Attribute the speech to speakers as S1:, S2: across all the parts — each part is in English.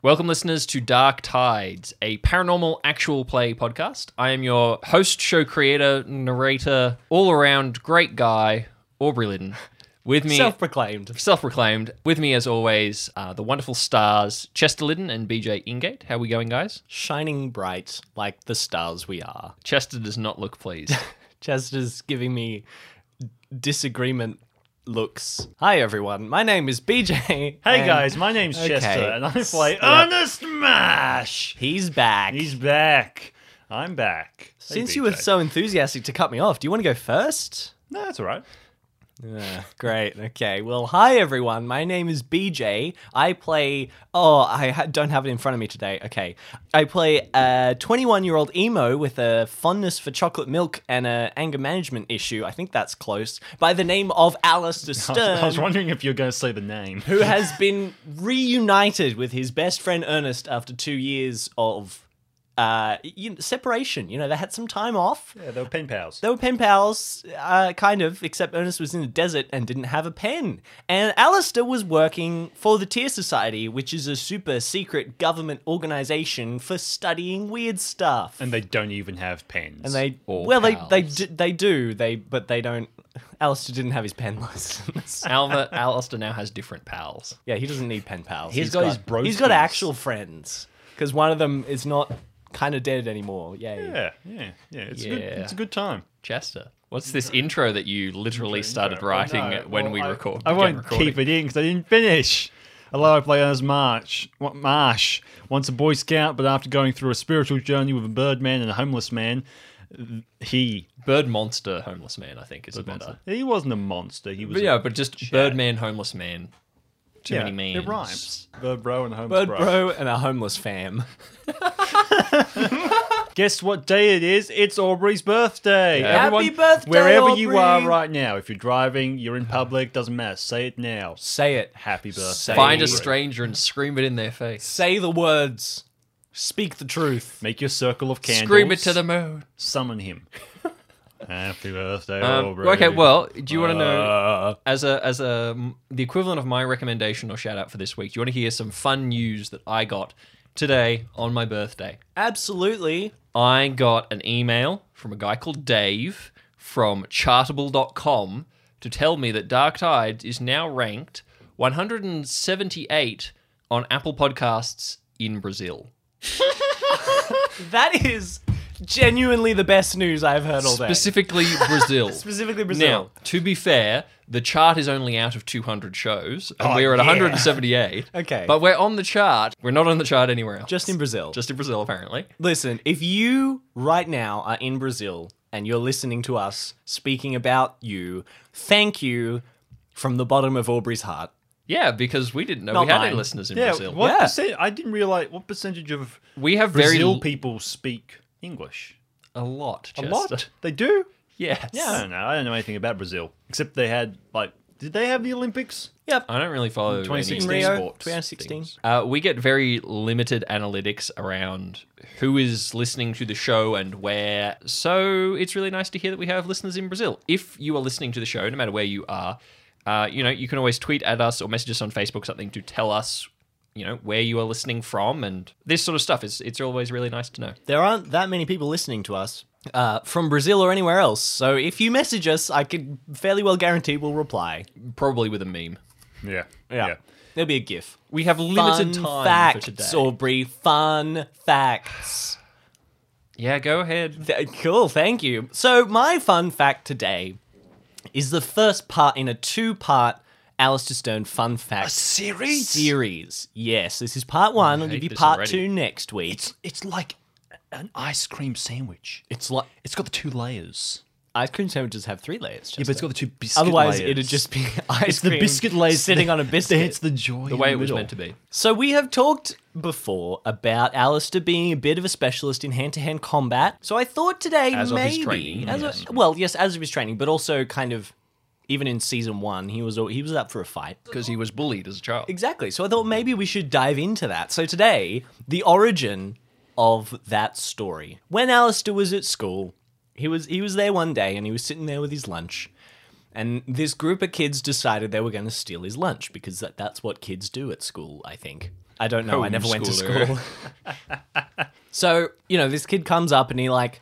S1: Welcome, listeners, to Dark Tides, a paranormal actual play podcast. I am your host, show creator, narrator, all around great guy, Aubrey Lydon. With me,
S2: Self proclaimed.
S1: self proclaimed, with me as always, uh, the wonderful stars, Chester Lydon and BJ Ingate. How we going, guys?
S2: Shining bright like the stars we are.
S1: Chester does not look pleased.
S2: Chester's giving me disagreement looks. Hi, everyone. My name is BJ. Hey,
S3: Hey guys, my name's
S2: okay.
S3: Chester, and I play
S2: Yeah.
S3: Ernest Mash.
S2: He's back.
S3: He's back. I'm back. Hey,
S2: Since you
S3: BJ.
S2: were so enthusiastic to cut me off, do you want to go first?
S3: no, that's all right.
S2: Yeah, great. Okay. Well, hi everyone. My name is BJ. I play. Oh, I ha- don't have it in front of me today. Okay. I play a 21-year-old emo with a fondness for chocolate milk and a anger management issue. I think that's close. By the name of Alistair
S3: I
S2: Stern,
S3: was, I was wondering if you were going to say the name.
S2: who has been reunited with his best friend Ernest after two years of uh, you know, separation. You know, they had some time off.
S3: Yeah, they were pen pals.
S2: They were pen pals, uh, kind of, except Ernest was in the desert and didn't have a pen. And Alistair was working for the Tear Society, which is a super secret government organization for studying weird stuff.
S3: and they don't even have pens.
S2: And they,
S1: Or
S2: well, they they
S1: pals.
S2: do, they do they, but they don't. Alistair didn't have his pen license.
S1: Alva, Alistair now has different pals.
S2: yeah, he doesn't need pen pals.
S1: He's got his
S2: He's got
S1: broskies.
S2: actual friends because one of them is not kind of dead anymore. Yay.
S3: Yeah, yeah, yeah. It's, A, good,
S1: Yeah.
S3: it's a good time.
S1: Chester, what's this intro that you literally started
S3: Intro.
S1: writing
S3: No,
S1: when
S3: well,
S1: we
S3: I-
S1: record?
S3: I
S1: began
S3: won't
S1: recording?
S3: keep it in because I didn't finish. Hello, I play Ernest Marsh. What Marsh? Once a Boy Scout, but after going through a spiritual journey with a birdman and a homeless man, th- he
S1: Bird monster, homeless man. I think is better.
S3: he wasn't a monster. He was
S1: But
S3: a
S1: yeah, but just Birdman, homeless man. Too
S3: Yeah,
S1: many memes.
S3: It rhymes. Bird bro and homes
S2: Bird
S3: bro.
S2: bro and a homeless fam.
S3: Guess what day it is? It's Aubrey's birthday. Everyone,
S2: Happy birthday,
S3: Wherever you are
S2: Aubrey.
S3: right now, if you're driving, you're in public, doesn't matter. Say it now.
S2: Say it.
S3: Happy birthday.
S1: Find a
S3: Aubrey.
S1: stranger and scream it in their face.
S2: Say the words. Speak the truth.
S3: Make your circle of candles.
S1: Scream it to the moon.
S3: Summon him. Happy birthday,
S1: Um,
S3: Aubrey.
S1: okay, well, do you want to know
S2: Uh,
S1: as a as a m- the equivalent of my recommendation or shout out for this week? Do you want to hear some fun news that I got today on my birthday?
S2: absolutely.
S1: I got an email from a guy called Dave from chartable.com to tell me that Dark Tides is now ranked 178 on Apple Podcasts in Brazil.
S2: That is genuinely the best news I've heard all day.
S1: Specifically Brazil.
S2: Specifically
S1: Now,
S2: Brazil.
S1: to be fair, the chart is only out of 200 shows, and
S3: Oh,
S1: we're at
S3: yeah.
S1: 178.
S2: Okay.
S1: But we're on the chart. We're not on the chart anywhere else.
S2: Just in Brazil.
S1: Just in Brazil, apparently.
S2: Listen, if you right now are in Brazil and you're listening to us speaking about you, thank you from the bottom of Aubrey's heart.
S1: Yeah, because we didn't know we
S2: Not
S1: had any
S2: mine.
S1: listeners in
S3: yeah,
S1: Brazil.
S3: what
S2: Yeah.
S3: percent? I didn't realize what percentage of
S1: We have very
S3: Brazil
S1: l-
S3: people speak English.
S1: a lot.
S3: A
S1: Chester.
S3: lot. They do.
S1: Yes.
S3: Yeah, I don't know. I don't know anything about Brazil except they had like. Did they have the Olympics?
S2: Yep.
S1: I don't really follow
S3: 2016
S1: any-
S2: Rio,
S3: sports
S2: 2016.
S3: things.
S1: Uh, we get very limited analytics around who is listening to the show and where. So it's really nice to hear that we have listeners in Brazil. If you are listening to the show, no matter where you are, uh, you know you can always tweet at us or message us on Facebook something to tell us, you know, where you are listening from and this sort of stuff. It's it's always really nice to know.
S2: There aren't that many people listening to us uh, from Brazil or anywhere else. So if you message us, I could fairly well guarantee we'll reply.
S1: Probably with a meme.
S3: Yeah.
S2: Yeah. There'll be a GIF.
S1: We have limited
S2: Fun
S1: time
S2: facts,
S1: for today.
S2: Aubrey. Fun facts.
S1: yeah, go ahead.
S2: Th- cool, thank you. So my fun fact today is the first part in a two-part Alistair Stern fun fact
S3: Series?
S2: series. Yes, this is part one. I'll
S1: hate
S2: give you
S1: this
S2: part
S1: already.
S2: two next week. It's,
S3: It's it's like an ice cream sandwich.
S2: like
S3: It's got the two layers.
S2: ice cream sandwiches have three layers.
S3: Yeah,
S2: Just
S3: but it's got the two biscuit
S2: Otherwise,
S3: layers.
S2: it'd just be ice
S3: it's
S2: cream
S3: the biscuit layers
S2: sitting
S3: that-
S2: on a biscuit.
S3: That's the joy.
S1: The way it was meant to be.
S2: So we have talked before about Alistair being a bit of a specialist in hand-to-hand combat. So I thought today
S1: As of
S2: maybe,
S1: his training,
S2: as
S1: yes.
S2: of- well, yes, as of his training, but also kind of even in season one, he was al- he was up for a fight.
S1: Because he was bullied as a child.
S2: Exactly. So I thought maybe we should dive into that. So today, the origin of that story. When Alistair was at school, he was he was there one day and he was sitting there with his lunch. And this group of kids decided they were going to steal his lunch because that, that's what kids do at school, I think. I don't know. I never went to
S1: Homeschooler.
S2: school. so, you know, this kid comes up and he like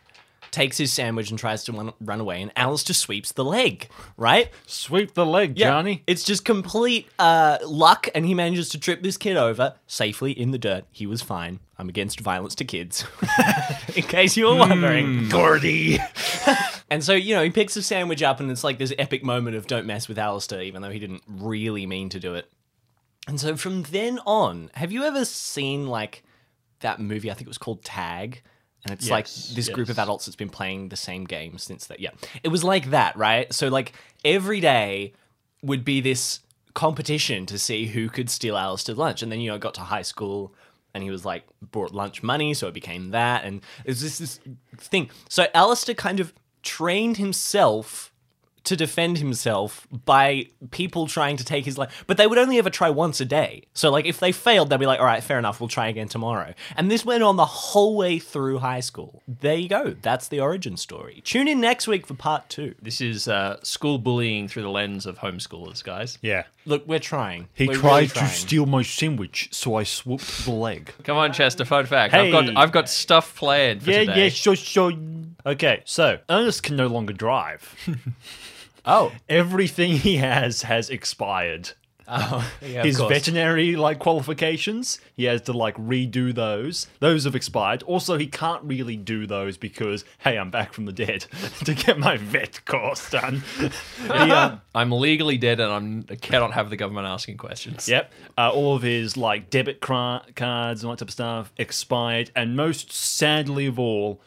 S2: takes his sandwich and tries to run, run away and Alice just sweeps the leg, right?
S3: Sweep the leg, Johnny.
S2: It's just complete uh, luck and he manages to trip this kid over safely in the dirt. He was fine. I'm against violence to kids. in case you were wondering.
S3: Gordy.
S2: And so, you know, he picks a sandwich up and it's like this epic moment of don't mess with Alistair, even though he didn't really mean to do it. And so from then on, have you ever seen like that movie? I think it was called Tag. And it's like
S3: Yes,
S2: this group of
S3: yes.
S2: adults that's been playing the same game since that. Yeah. It was like that, right? So, like, every day would be this competition to see who could steal Alistair's lunch. And then, you know, it got to high school and he was like, brought lunch money. So it became that. And it was this, this thing. So Alistair kind of trained himself to defend himself by people trying to take his life. But they would only ever try once a day. So, like, if they failed, they'd be like, all right, fair enough, we'll try again tomorrow. And this went on the whole way through high school. There you go. That's the origin story. Tune in next week for part two.
S1: This is uh, school bullying through the lens of homeschoolers, guys.
S3: Yeah.
S2: Look, we're trying.
S3: He
S2: We're
S3: tried
S2: really
S3: to
S2: trying.
S3: steal my sandwich, so I swooped the leg.
S1: Come on, Chester. Fun fact.
S3: Hey.
S1: I've got I've got stuff planned for
S3: Yeah,
S1: today.
S3: yeah, sure, sure. Okay, so Ernest can no longer drive.
S2: Oh,
S3: Everything he has has expired.
S2: oh yeah,
S3: His
S2: of course.
S3: veterinary like qualifications, he has to like redo those. Those have expired. Also, he can't really do those because hey, I'm back from the dead to get my vet course done. He, um,
S1: I'm legally dead and I'm, I cannot have the government asking questions.
S3: Yep. Uh, all of his like debit cra- cards and all that type of stuff expired, and most sadly of all,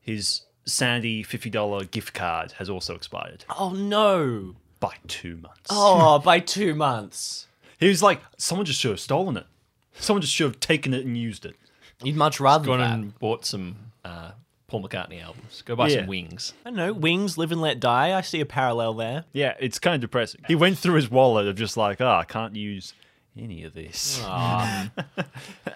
S3: his Sandy fifty dollar gift card has also expired
S2: Oh, no.
S3: by two months.
S2: Oh, by two months.
S3: He was like, someone just should have stolen it. Someone just should have taken it and used it.
S2: You'd much rather
S1: Gone
S2: that.
S1: and bought some uh, Paul McCartney albums. Go buy
S3: Yeah.
S1: some wings.
S2: I don't know. Wings, live and let die. I see a parallel there.
S3: Yeah, it's kind of depressing. He went through his wallet of just like, ah, I can't use any of this.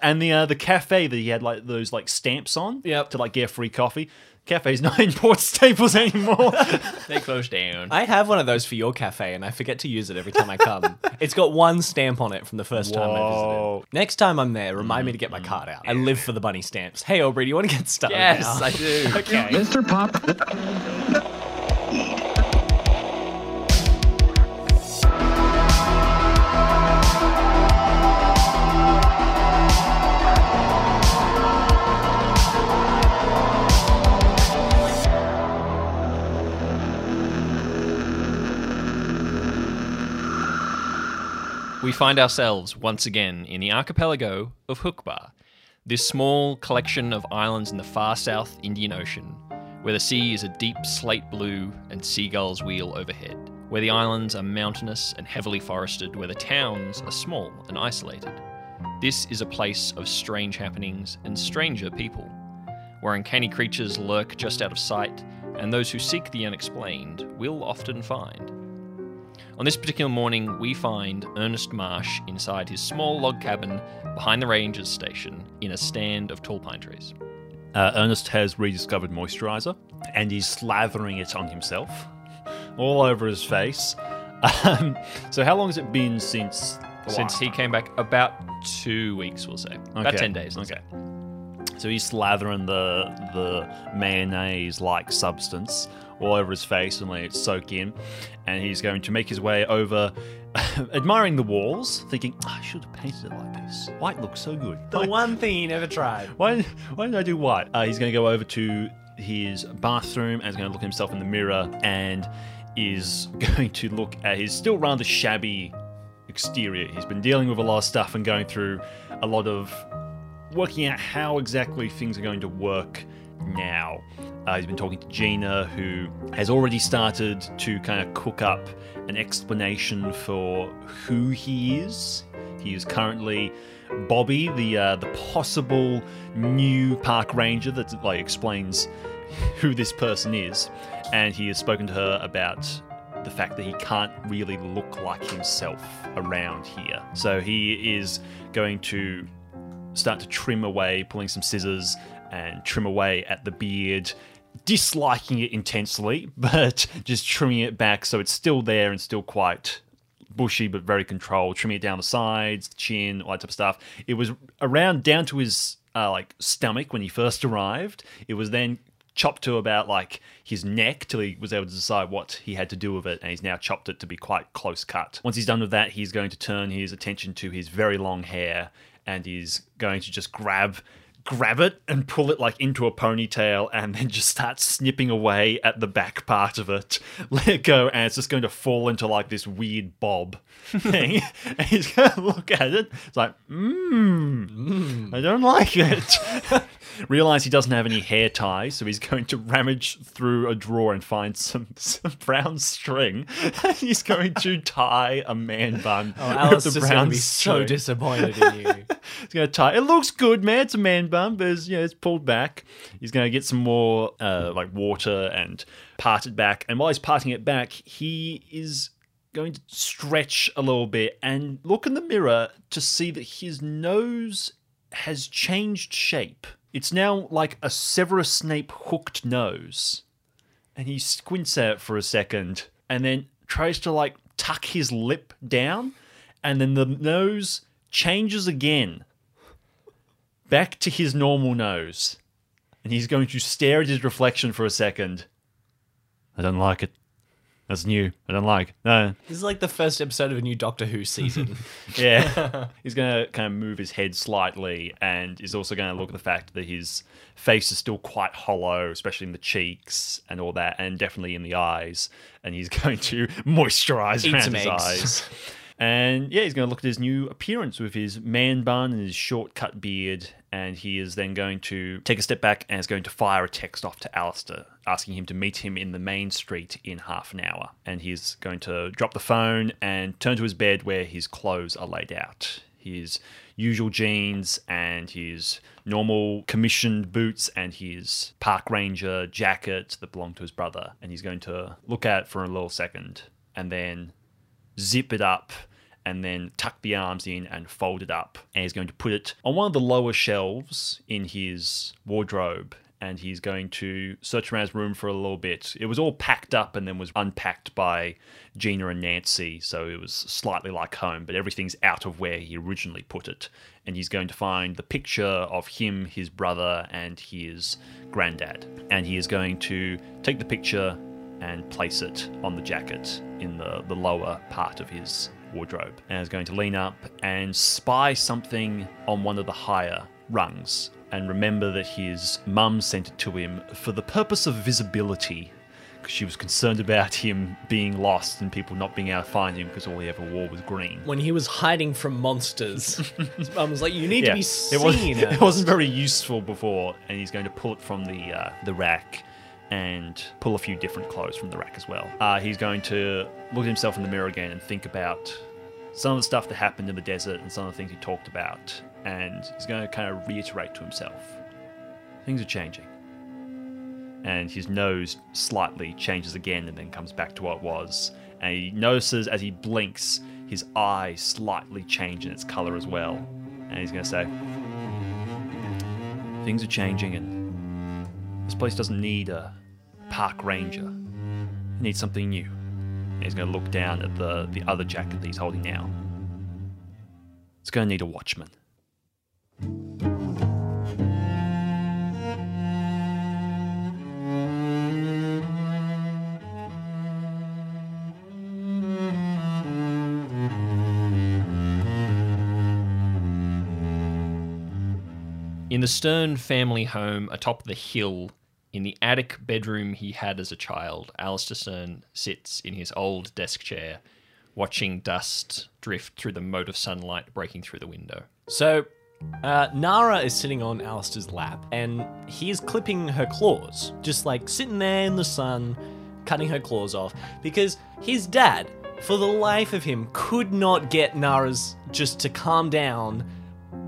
S3: and the uh, the cafe that he had like those like stamps on
S1: Yep.
S3: to like get free coffee. Cafe's not in Port Staples anymore.
S1: They closed down.
S2: I have one of those for your cafe, and I forget to use it every time I come. it's got one stamp on it from the first time I
S3: Whoa. Mm-hmm.
S2: visited. Next time I'm there, remind me to get my card out. I live for the bunny stamps. Hey, Aubrey, do you want to get started?
S1: yes,
S2: now?
S1: I do. okay.
S4: Mr. Pop.
S1: We find ourselves once again in the archipelago of Hookbar, this small collection of islands in the far south Indian Ocean, where the sea is a deep slate blue and seagulls wheel overhead, where the islands are mountainous and heavily forested, where the towns are small and isolated. This is a place of strange happenings and stranger people, where uncanny creatures lurk just out of sight, and those who seek the unexplained will often find. On this particular morning, we find Ernest Marsh inside his small log cabin behind the ranger's station in a stand of tall pine trees.
S3: Uh, Ernest has rediscovered moisturizer and he's slathering it on himself, all over his face. Um, so, how long has it been since? the
S1: Since
S3: last
S1: he
S3: time?
S1: came back about two weeks, we'll say. About
S3: Okay,
S1: 10 days. let's
S3: Okay.
S1: say.
S3: So he's slathering the the mayonnaise like substance all over his face and letting it soak in, and he's going to make his way over, admiring the walls, thinking, "Ah, I should have painted it like this. White looks so good.
S2: The
S3: White-
S2: one thing you never tried.
S3: Why, why did I do white? Uh, he's going to go over to his bathroom and is going to look at himself in the mirror and is going to look at his still rather shabby exterior. He's been dealing with a lot of stuff and going through a lot of working out how exactly things are going to work now. Uh, he's been talking to Gina, who has already started to kind of cook up an explanation for who he is. He is currently Bobby, the uh, the possible new park ranger that like explains who this person is, and he has spoken to her about the fact that he can't really look like himself around here. So he is going to start to trim away, pulling some scissors and trim away at the beard, disliking it intensely, but just trimming it back so it's still there and still quite bushy but very controlled, trimming it down the sides, the chin, all that type of stuff. It was around down to his uh, like stomach when he first arrived. It was then chopped to about like his neck till he was able to decide what he had to do with it and he's now chopped it to be quite close cut once he's done with that he's going to turn his attention to his very long hair and he's going to just grab grab it and pull it like into a ponytail and then just start snipping away at the back part of it let it go and it's just going to fall into like this weird bob thing and he's going to look at it it's like mmm i don't like it realize he doesn't have any hair tie, so he's going to rummage through a drawer and find some, some brown string. he's going to tie a man bun oh,
S2: Alice
S3: with
S2: is
S3: the
S2: going to
S3: brown
S2: be so
S3: string.
S2: disappointed in you.
S3: he's going to tie. It looks good, man. It's a man bun, but it's, you know, it's pulled back. He's going to get some more uh, like water and part it back. And while he's parting it back, he is going to stretch a little bit and look in the mirror to see that his nose has changed shape. It's now like a Severus Snape hooked nose. And he squints at it for a second and then tries to like tuck his lip down. And then the nose changes again back to his normal nose. And he's going to stare at his reflection for a second. I don't like it. That's new. I don't like. it. No,
S2: This is like the first episode of a new Doctor Who season.
S3: yeah. he's going to kind of move his head slightly and is also going to look at the fact that his face is still quite hollow, especially in the cheeks and all that, and definitely in the eyes. And he's going to moisturize
S2: Eat
S3: around
S2: some
S3: his
S2: eggs.
S3: eyes. And yeah, he's going to look at his new appearance with his man bun and his short cut beard. And he is then going to take a step back and is going to fire a text off to Alistair, asking him to meet him in the main street in half an hour. And he's going to drop the phone and turn to his bed where his clothes are laid out his usual jeans and his normal commissioned boots and his park ranger jacket that belonged to his brother. And he's going to look at it for a little second and then zip it up and then tuck the arms in and fold it up. And he's going to put it on one of the lower shelves in his wardrobe. And he's going to search around his room for a little bit. It was all packed up and then was unpacked by Gina and Nancy, so it was slightly like home, but everything's out of where he originally put it. And he's going to find the picture of him, his brother, and his granddad. And he is going to take the picture and place it on the jacket in the, the lower part of his wardrobe. And is going to lean up and spy something on one of the higher rungs. And remember that his mum sent it to him for the purpose of visibility. 'cause She was concerned about him being lost and people not being able to find him because all he ever wore was green.
S2: when he was hiding from monsters, his mum was like, "You need to be seen."
S3: It wasn't, it wasn't very useful before, and he's going to pull it from the uh, the rack and pull a few different clothes from the rack as well. Uh, he's going to look at himself in the mirror again and think about some of the stuff that happened in the desert and some of the things he talked about, and he's going to kind of reiterate to himself things are changing. And his nose slightly changes again and then comes back to what it was. And he notices as he blinks, his eye slightly change in its color as well. And he's going to say, Things are changing, and this place doesn't need a park ranger. It needs something new. And he's going to look down at the, the other jacket that he's holding now. It's going to need a watchman.
S1: In the Stern family home atop the hill, in the attic bedroom he had as a child, Alistair Stern sits in his old desk chair, watching dust drift through the mote of sunlight breaking through the window.
S2: So, uh, Nara is sitting on Alistair's lap and he is clipping her claws, just like sitting there in the sun, cutting her claws off, because his dad, for the life of him, could not get Nara's just to calm down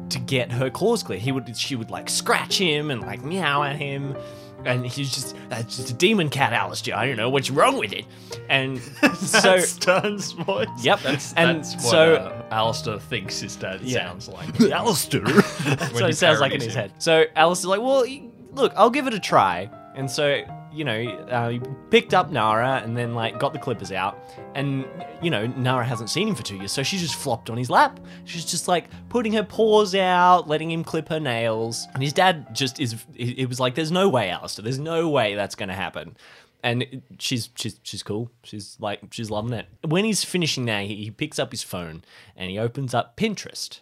S2: to get her claws clear. He would, she would like scratch him and like meow at him. And he's just, that's just a demon cat, Alistair. I don't know what's wrong with it. And so,
S3: Stern's voice.
S2: yep. and
S1: That's what
S2: so,
S1: uh, Alistair thinks his dad
S2: Yeah.
S1: sounds like.
S3: Alistair.
S1: when
S2: so
S1: he
S2: it sounds like in
S1: parodies
S2: his
S1: him.
S2: head. So Alice is like, well, y- look, I'll give it a try. And so you know, uh, he picked up Nara and then like got the clippers out, and you know, Nara hasn't seen him for two years, so she just flopped on his lap. She's just like putting her paws out, letting him clip her nails, and his dad just is. It it was like, "There's no way, Alistair. There's no way that's gonna happen." And it- she's she's she's cool. She's like she's loving it. When he's finishing now, he, he picks up his phone and he opens up Pinterest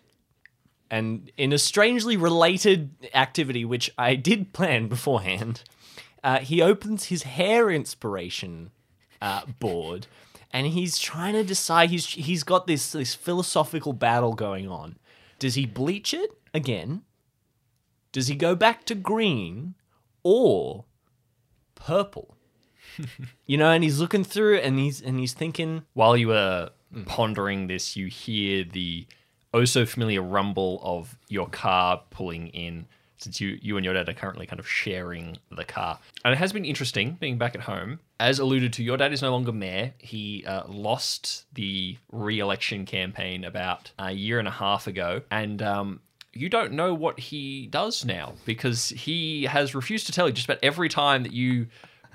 S2: and in a strangely related activity which I did plan beforehand, uh, he opens his hair inspiration uh, board, and he's trying to decide. He's he's got this this philosophical battle going on. Does he bleach it again? Does he go back to green or purple? you know, and he's looking through, and he's and he's thinking.
S1: While you were pondering this, you hear the oh so familiar rumble of your car pulling in. Since you, you and your dad are currently kind of sharing the car. And it has been interesting being back at home. As alluded to, your dad is no longer mayor. He uh, lost the re election campaign about a year and a half ago. And um, you don't know what he does now because he has refused to tell you just about every time that you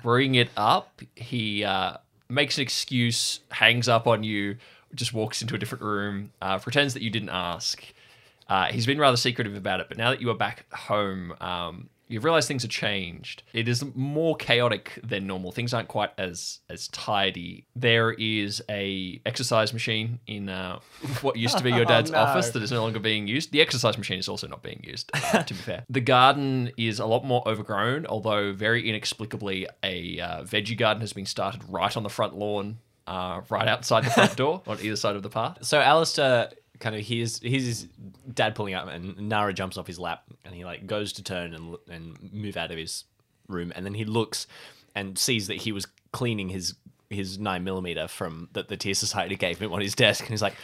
S1: bring it up he uh, makes an excuse hangs up on you just walks into a different room uh, pretends that you didn't ask uh, he's been rather secretive about it but now that you are back home um, you've realized things have changed it is more chaotic than normal things aren't quite as as tidy there is a exercise machine in uh, what used to be your dad's
S2: no.
S1: office that is no longer being used. The exercise machine is also not being used, uh, to be fair. The garden is a lot more overgrown, although very inexplicably, a uh, veggie garden has been started right on the front lawn, uh, right outside the front door on either side of the path.
S2: So Alistair kind of hears, hears his dad pulling up, and Nara jumps off his lap, and he like goes to turn and and move out of his room, and then he looks and sees that he was cleaning his his nine millimeter from that the Tear Society gave him on his desk, and he's like.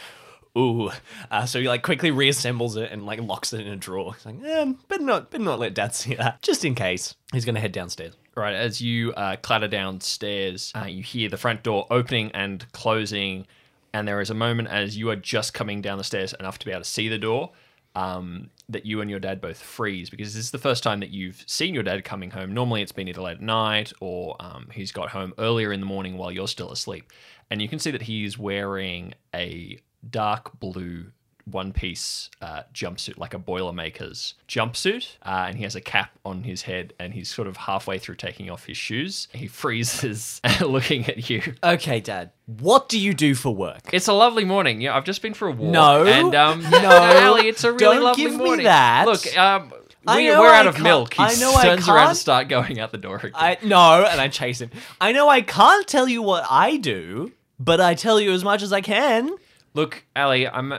S2: Ooh, uh, so he like quickly reassembles it and like locks it in a drawer. He's like, um, better not, better not let Dad see that, just in case. He's gonna head downstairs.
S1: Right, as you uh, clatter downstairs, uh, you hear the front door opening and closing, and there is a moment as you are just coming down the stairs enough to be able to see the door um, that you and your dad both freeze because this is the first time that you've seen your dad coming home. Normally, it's been either late at night or um, he's got home earlier in the morning while you're still asleep, and you can see that he's wearing a dark blue one piece uh, jumpsuit, like a Boilermaker's jumpsuit. Uh, and he has a cap on his head and he's sort of halfway through taking off his shoes. He freezes looking at you.
S2: Okay, Dad, what do you do for work?
S1: It's a lovely morning. Yeah, I've just been for a walk.
S2: No.
S1: and um,
S2: No.
S1: Allie, it's a really
S2: Don't
S1: lovely
S2: give me
S1: morning.
S2: that.
S1: Look, um,
S2: I
S1: we,
S2: know
S1: we're
S2: I
S1: out of
S2: can't-
S1: milk. He
S2: I know I
S1: turns around
S2: can't.
S1: and start going out the door again.
S2: I no, and I chase him. I know I can't tell you what I do, but I tell you as much as I can.
S1: Look, Allie, I'm.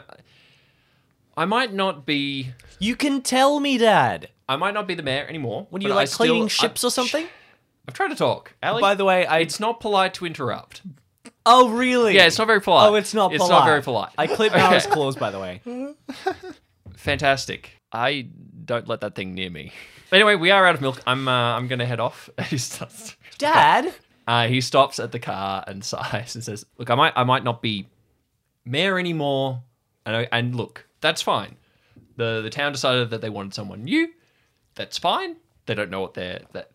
S1: I might not be.
S2: You can tell me, Dad.
S1: I might not be the mayor anymore.
S2: What are you
S1: but I
S2: like
S1: still-
S2: cleaning
S1: I-
S2: ships or something?
S1: I'm trying to talk, Allie.
S2: By the way, I
S1: it's not polite to interrupt.
S2: oh really?
S1: Yeah, it's not very polite.
S2: Oh, it's not.
S1: It's
S2: polite.
S1: not very polite.
S2: I clip
S1: Okay.
S2: Nara's claws, by the way.
S1: Fantastic. I don't let that thing near me. Anyway, we are out of milk. I'm uh, I'm gonna head off. he starts.
S2: Dad,
S1: Uh, he stops at the car and sighs and says, "Look, I might I might not be mayor anymore, and I, and look, that's fine. the The town decided that they wanted someone new. That's fine. They don't know what they're. That,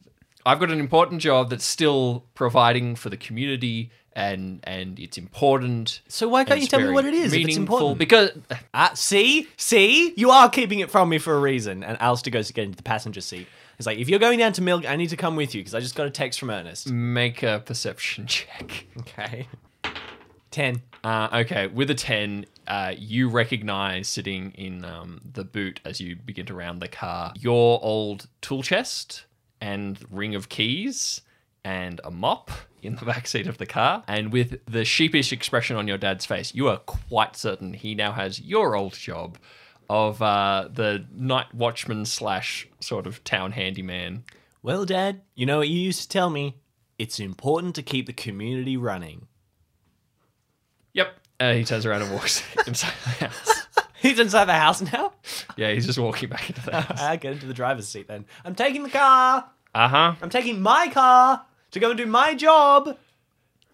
S1: I've got an important job that's still providing for the community, and and it's important.
S2: So why can't
S1: and
S2: you
S1: it's
S2: tell me
S1: very
S2: what it is if it's
S1: meaningful
S2: important?
S1: Because
S2: ah, see, see, you are keeping it from me for a reason. And Alistair goes to get into the passenger seat. He's like, if you're going down to Milk, I need to come with you because I just got a text from Ernest.
S1: Mm. make a perception check.
S2: Okay, ten.
S1: Uh, okay, with a 10, uh, you recognize sitting in um, the boot as you begin to round the car your old tool chest and ring of keys and a mop in the back seat of the car. And with the sheepish expression on your dad's face, you are quite certain he now has your old job of uh, the night watchman slash sort of town handyman.
S2: Well, Dad, you know what you used to tell me? It's important to keep the community running.
S1: Yep. Uh, he turns around and walks inside the house.
S2: He's inside the house now?
S1: Yeah, he's just walking back into the house.
S2: I get into the driver's seat then. I'm taking the car!
S1: Uh huh.
S2: I'm taking my car to go and do my job!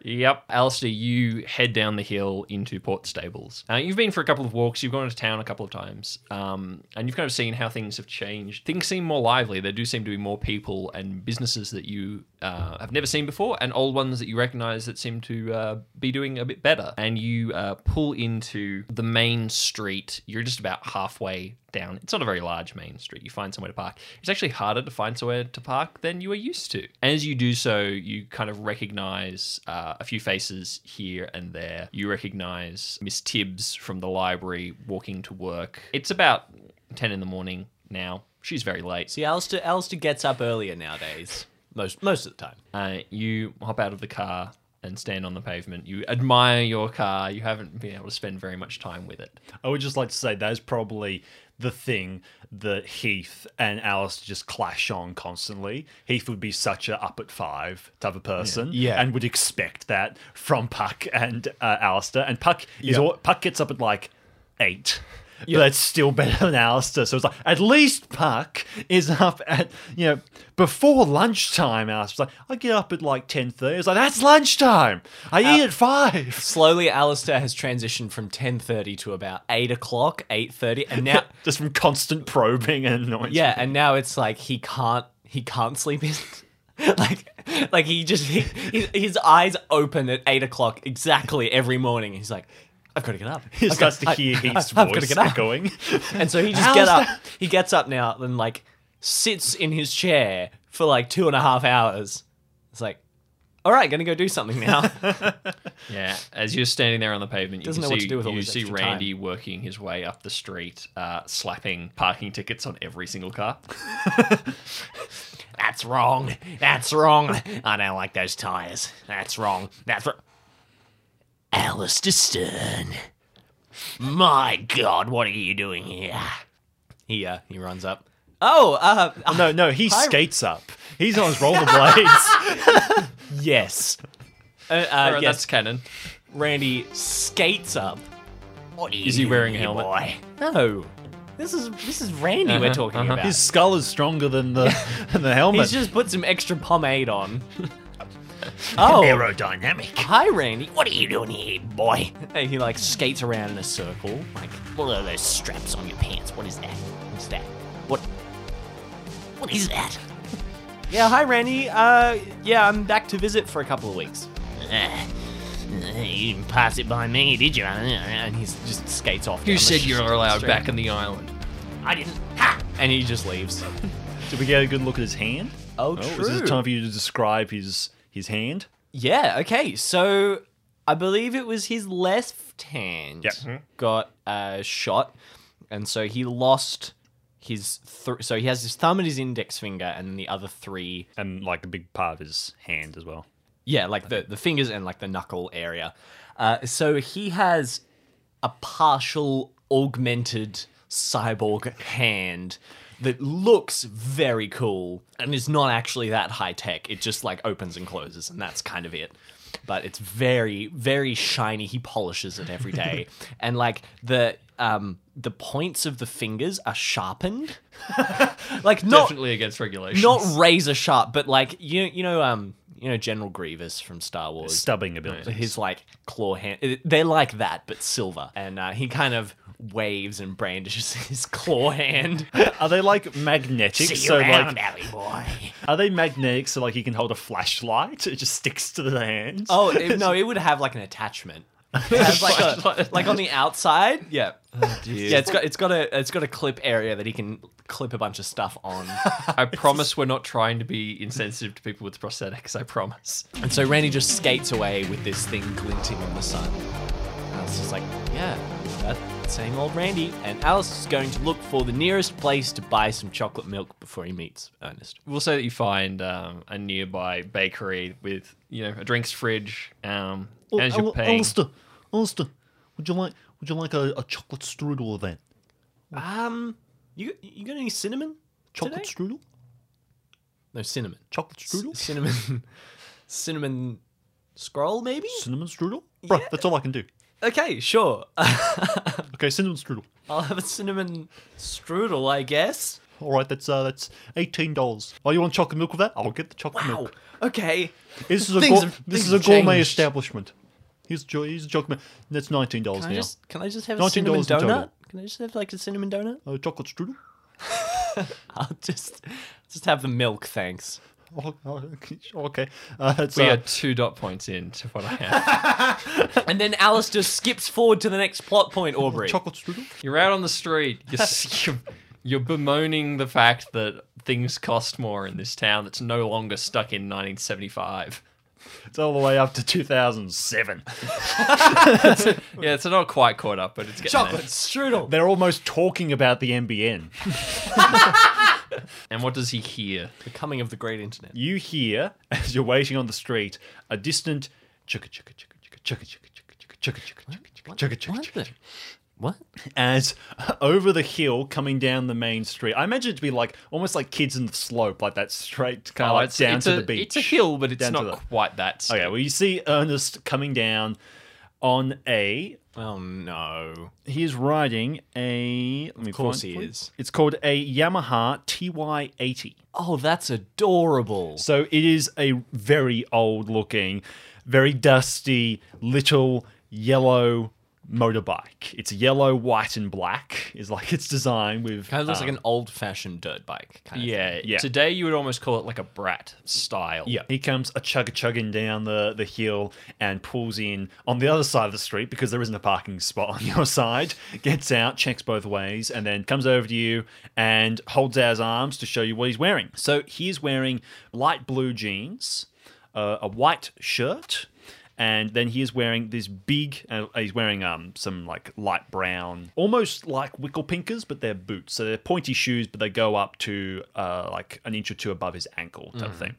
S1: Yep. Alistair, you head down the hill into Port Stables. Uh, you've been for a couple of walks, you've gone to town a couple of times, um, and you've kind of seen how things have changed. Things seem more lively. There do seem to be more people and businesses that you uh, have never seen before, and old ones that you recognize that seem to uh, be doing a bit better. And you uh, pull into the main street. You're just about halfway down. It's not a very large main street. You find somewhere to park. It's actually harder to find somewhere to park than you are used to. As you do so, you kind of recognize uh, a few faces here and there. You recognize Miss Tibbs from the library walking to work. It's about 10 in the morning now. She's very late.
S2: See, Alistair, Alistair gets up earlier nowadays, most most of the time.
S1: Uh, you hop out of the car and stand on the pavement. You admire your car. You haven't been able to spend very much time with it.
S3: I would just like to say that is probably the thing that Heath and Alice just clash on constantly. Heath would be such a up at five type of person,
S2: Yeah.
S3: and would expect that from Puck and uh, Alistair. And Puck is all, Puck gets up at like eight. But it's still better than Alistair. So it's like, at least Puck is up at, you know, before lunchtime. Alistair's like, I get up at like 10.30. It's like, that's lunchtime. I eat at 5.
S2: Slowly, Alistair has transitioned from 10.30 to about 8 o'clock, 8.30, and now...
S3: Just from constant probing and annoyance.
S2: yeah, and now it's like he can't, he can't sleep in. like, like he just, he, his, his eyes open at 8 o'clock exactly every morning. He's like, I've got to get up.
S3: He
S2: I've
S3: starts
S2: got- I-
S3: to hear Heath's
S2: I've got to
S3: voice
S2: get up.
S3: echoing.
S2: And so he just get up. He gets up now and like sits in his chair for like two and a half hours. It's like, all right, gonna go do something now.
S1: Yeah, as you're standing there on the pavement, you
S2: Doesn't
S1: can
S2: know what
S1: see,
S2: to do with all
S1: you
S2: this
S1: see
S2: extra
S1: Randy working his way up the street, uh, slapping parking tickets on every single car.
S2: That's wrong. That's wrong. I don't like those tires. That's wrong. That's wrong. Alistair Stern. My God, what are you doing here? He uh, he runs up. Oh, uh,
S3: No, no, he skates up. He's on his rollerblades.
S2: yes. Uh, uh,
S1: All right,
S2: yes.
S1: That's canon.
S2: Randy skates up. What
S1: Is he wearing a helmet?
S2: No. This is this is Randy we're
S1: Uh-huh,
S2: talking
S1: uh-huh.
S2: about.
S3: his skull is stronger than the than the helmet.
S2: He's just put some extra pomade on. oh,
S3: aerodynamic.
S2: hi Randy. What are you doing here, boy? And he like skates around in a circle. Like,
S4: What are those straps on your pants? What is that? What's that? What? What is that?
S2: yeah, hi Randy. Uh, yeah, I'm back to visit for a couple of weeks.
S4: Uh, you didn't pass it by me, did you? Uh,
S2: And he just skates off.
S1: Who
S2: down the
S1: said
S2: sh-
S1: you're allowed
S2: street.
S1: back in the island?
S4: I didn't. Ha!
S2: And he just leaves.
S3: Did we get a good look at his hand?
S2: Oh,
S3: Oh,
S2: true.
S3: is this time for you to describe his his hand?
S2: Yeah, okay. So I believe it was his left hand
S3: Yep.
S2: got uh, shot. And so he lost his. Th- so he has his thumb and his index finger, and the other three.
S3: And like a big part of his hand as well.
S2: Yeah, like the, the fingers and like the knuckle area. Uh, so he has a partial augmented cyborg hand that looks very cool and is not actually that high tech. It just like opens and closes, and that's kind of it. But it's very, very shiny. He polishes it every day, and like the um the points of the fingers are sharpened, like not
S1: Definitely against regulations.
S2: not razor sharp, but like you you know um you know General Grievous from Star Wars
S3: Stubbing ability.
S2: his like claw hand it- they're like that but silver and uh, he kind of waves and brandishes his claw hand
S3: Are they like magnetic?
S4: See you
S3: so
S4: around,
S3: like
S4: alley boy.
S3: are they magnetic so like he can hold a flashlight? It just sticks to the hand.
S2: oh it, no it would have like an attachment It has, like, a, like on the outside Oh, yeah yeah it's got it's got a it's got a clip area that he can clip a bunch of stuff on
S1: I promise we're not trying to be insensitive to people with prosthetics. I promise.
S2: and so randy just skates away with this thing glinting in the sun and it's just like yeah that's same old randy and alice is going to look for the nearest place to buy some chocolate milk before he meets ernest
S1: We'll say that you find um, a nearby bakery with you know a drinks fridge, um, and you're paying.
S5: Alistair, Alistair, would you like would you like a, a chocolate strudel then?
S2: Um, you you got any cinnamon?
S5: Chocolate
S2: Today?
S5: strudel?
S2: No cinnamon.
S5: Chocolate strudel?
S2: C- cinnamon. cinnamon scroll maybe?
S5: cinnamon strudel? Bruh, that's all I can do.
S2: Okay, sure.
S5: Okay, cinnamon strudel.
S2: I'll have a cinnamon strudel, I guess.
S5: All right, that's uh, that's eighteen dollars. Oh, you want chocolate milk with that? I'll get the chocolate
S2: Wow.
S5: milk.
S2: Okay.
S5: This is a
S2: Things
S5: gour-
S2: have-
S5: this
S2: things
S5: is a
S2: have
S5: gourmet
S2: changed.
S5: establishment. Here's jo- here's a chocolate. milk. That's nineteen dollars
S2: Can I
S5: now.
S2: just can I just have a
S5: $19
S2: cinnamon
S5: in total.
S2: donut? Can I just have like a cinnamon donut?
S5: Uh, chocolate strudel.
S2: I'll just just have the milk, thanks.
S5: Oh, oh, okay, uh, that's
S1: We
S5: uh,
S1: are two dot points into what I have.
S2: And then Alice just skips forward to the next plot point, Aubrey.
S5: chocolate strudel.
S1: You're out on the street. You're, s- you're, you're bemoaning the fact that things cost more in this town that's no longer stuck in 1975.
S3: It's all the way up to 2007.
S1: Yeah, it's not quite caught up, but it's getting
S2: Chocolate
S1: there.
S2: strudel.
S3: They're almost talking about the NBN.
S1: And what does he hear?
S2: The coming of the great internet.
S3: You hear, as you're waiting on the street, a distant chicka chicka chicka chicka chicka chicka chicka chicka chicka chicka chicka chicka chicka chicka
S2: What?
S3: as over the hill coming down the main street. I imagine it to be like almost like kids in the slope, like that straight kind of like down
S1: Oh, it's
S3: to
S1: a,
S3: the
S1: It's
S3: beach.
S1: a hill, but it's
S3: Down to
S1: not
S3: the- Oh,
S1: quite that. steep.
S3: Okay, well you see Ernest coming down on a
S2: Oh no.
S3: he is riding a let me of
S2: course he is.
S3: It's called a Yamaha TY80.
S2: Oh, that's adorable.
S3: So it is a very old looking, very dusty little yellow motorbike. It's yellow, white and black is like its design with
S2: Kind of looks
S3: um,
S2: like an old-fashioned dirt bike. Kind of
S1: Yeah,
S3: Yeah.
S1: Today you would almost call it like a brat style.
S3: Yeah, he comes a chugga chugging down the, the hill and pulls in on the other side of the street because there isn't a parking spot on your side. Gets out, checks both ways, and then comes over to you and holds out his arms to show you what he's wearing. So he's wearing light blue jeans, uh, a white shirt, and then he is wearing this big. Uh, he's wearing um some like light brown, almost like wickle pinkers, but they're boots. So they're pointy shoes, but they go up to uh, like an inch or two above his ankle type of thing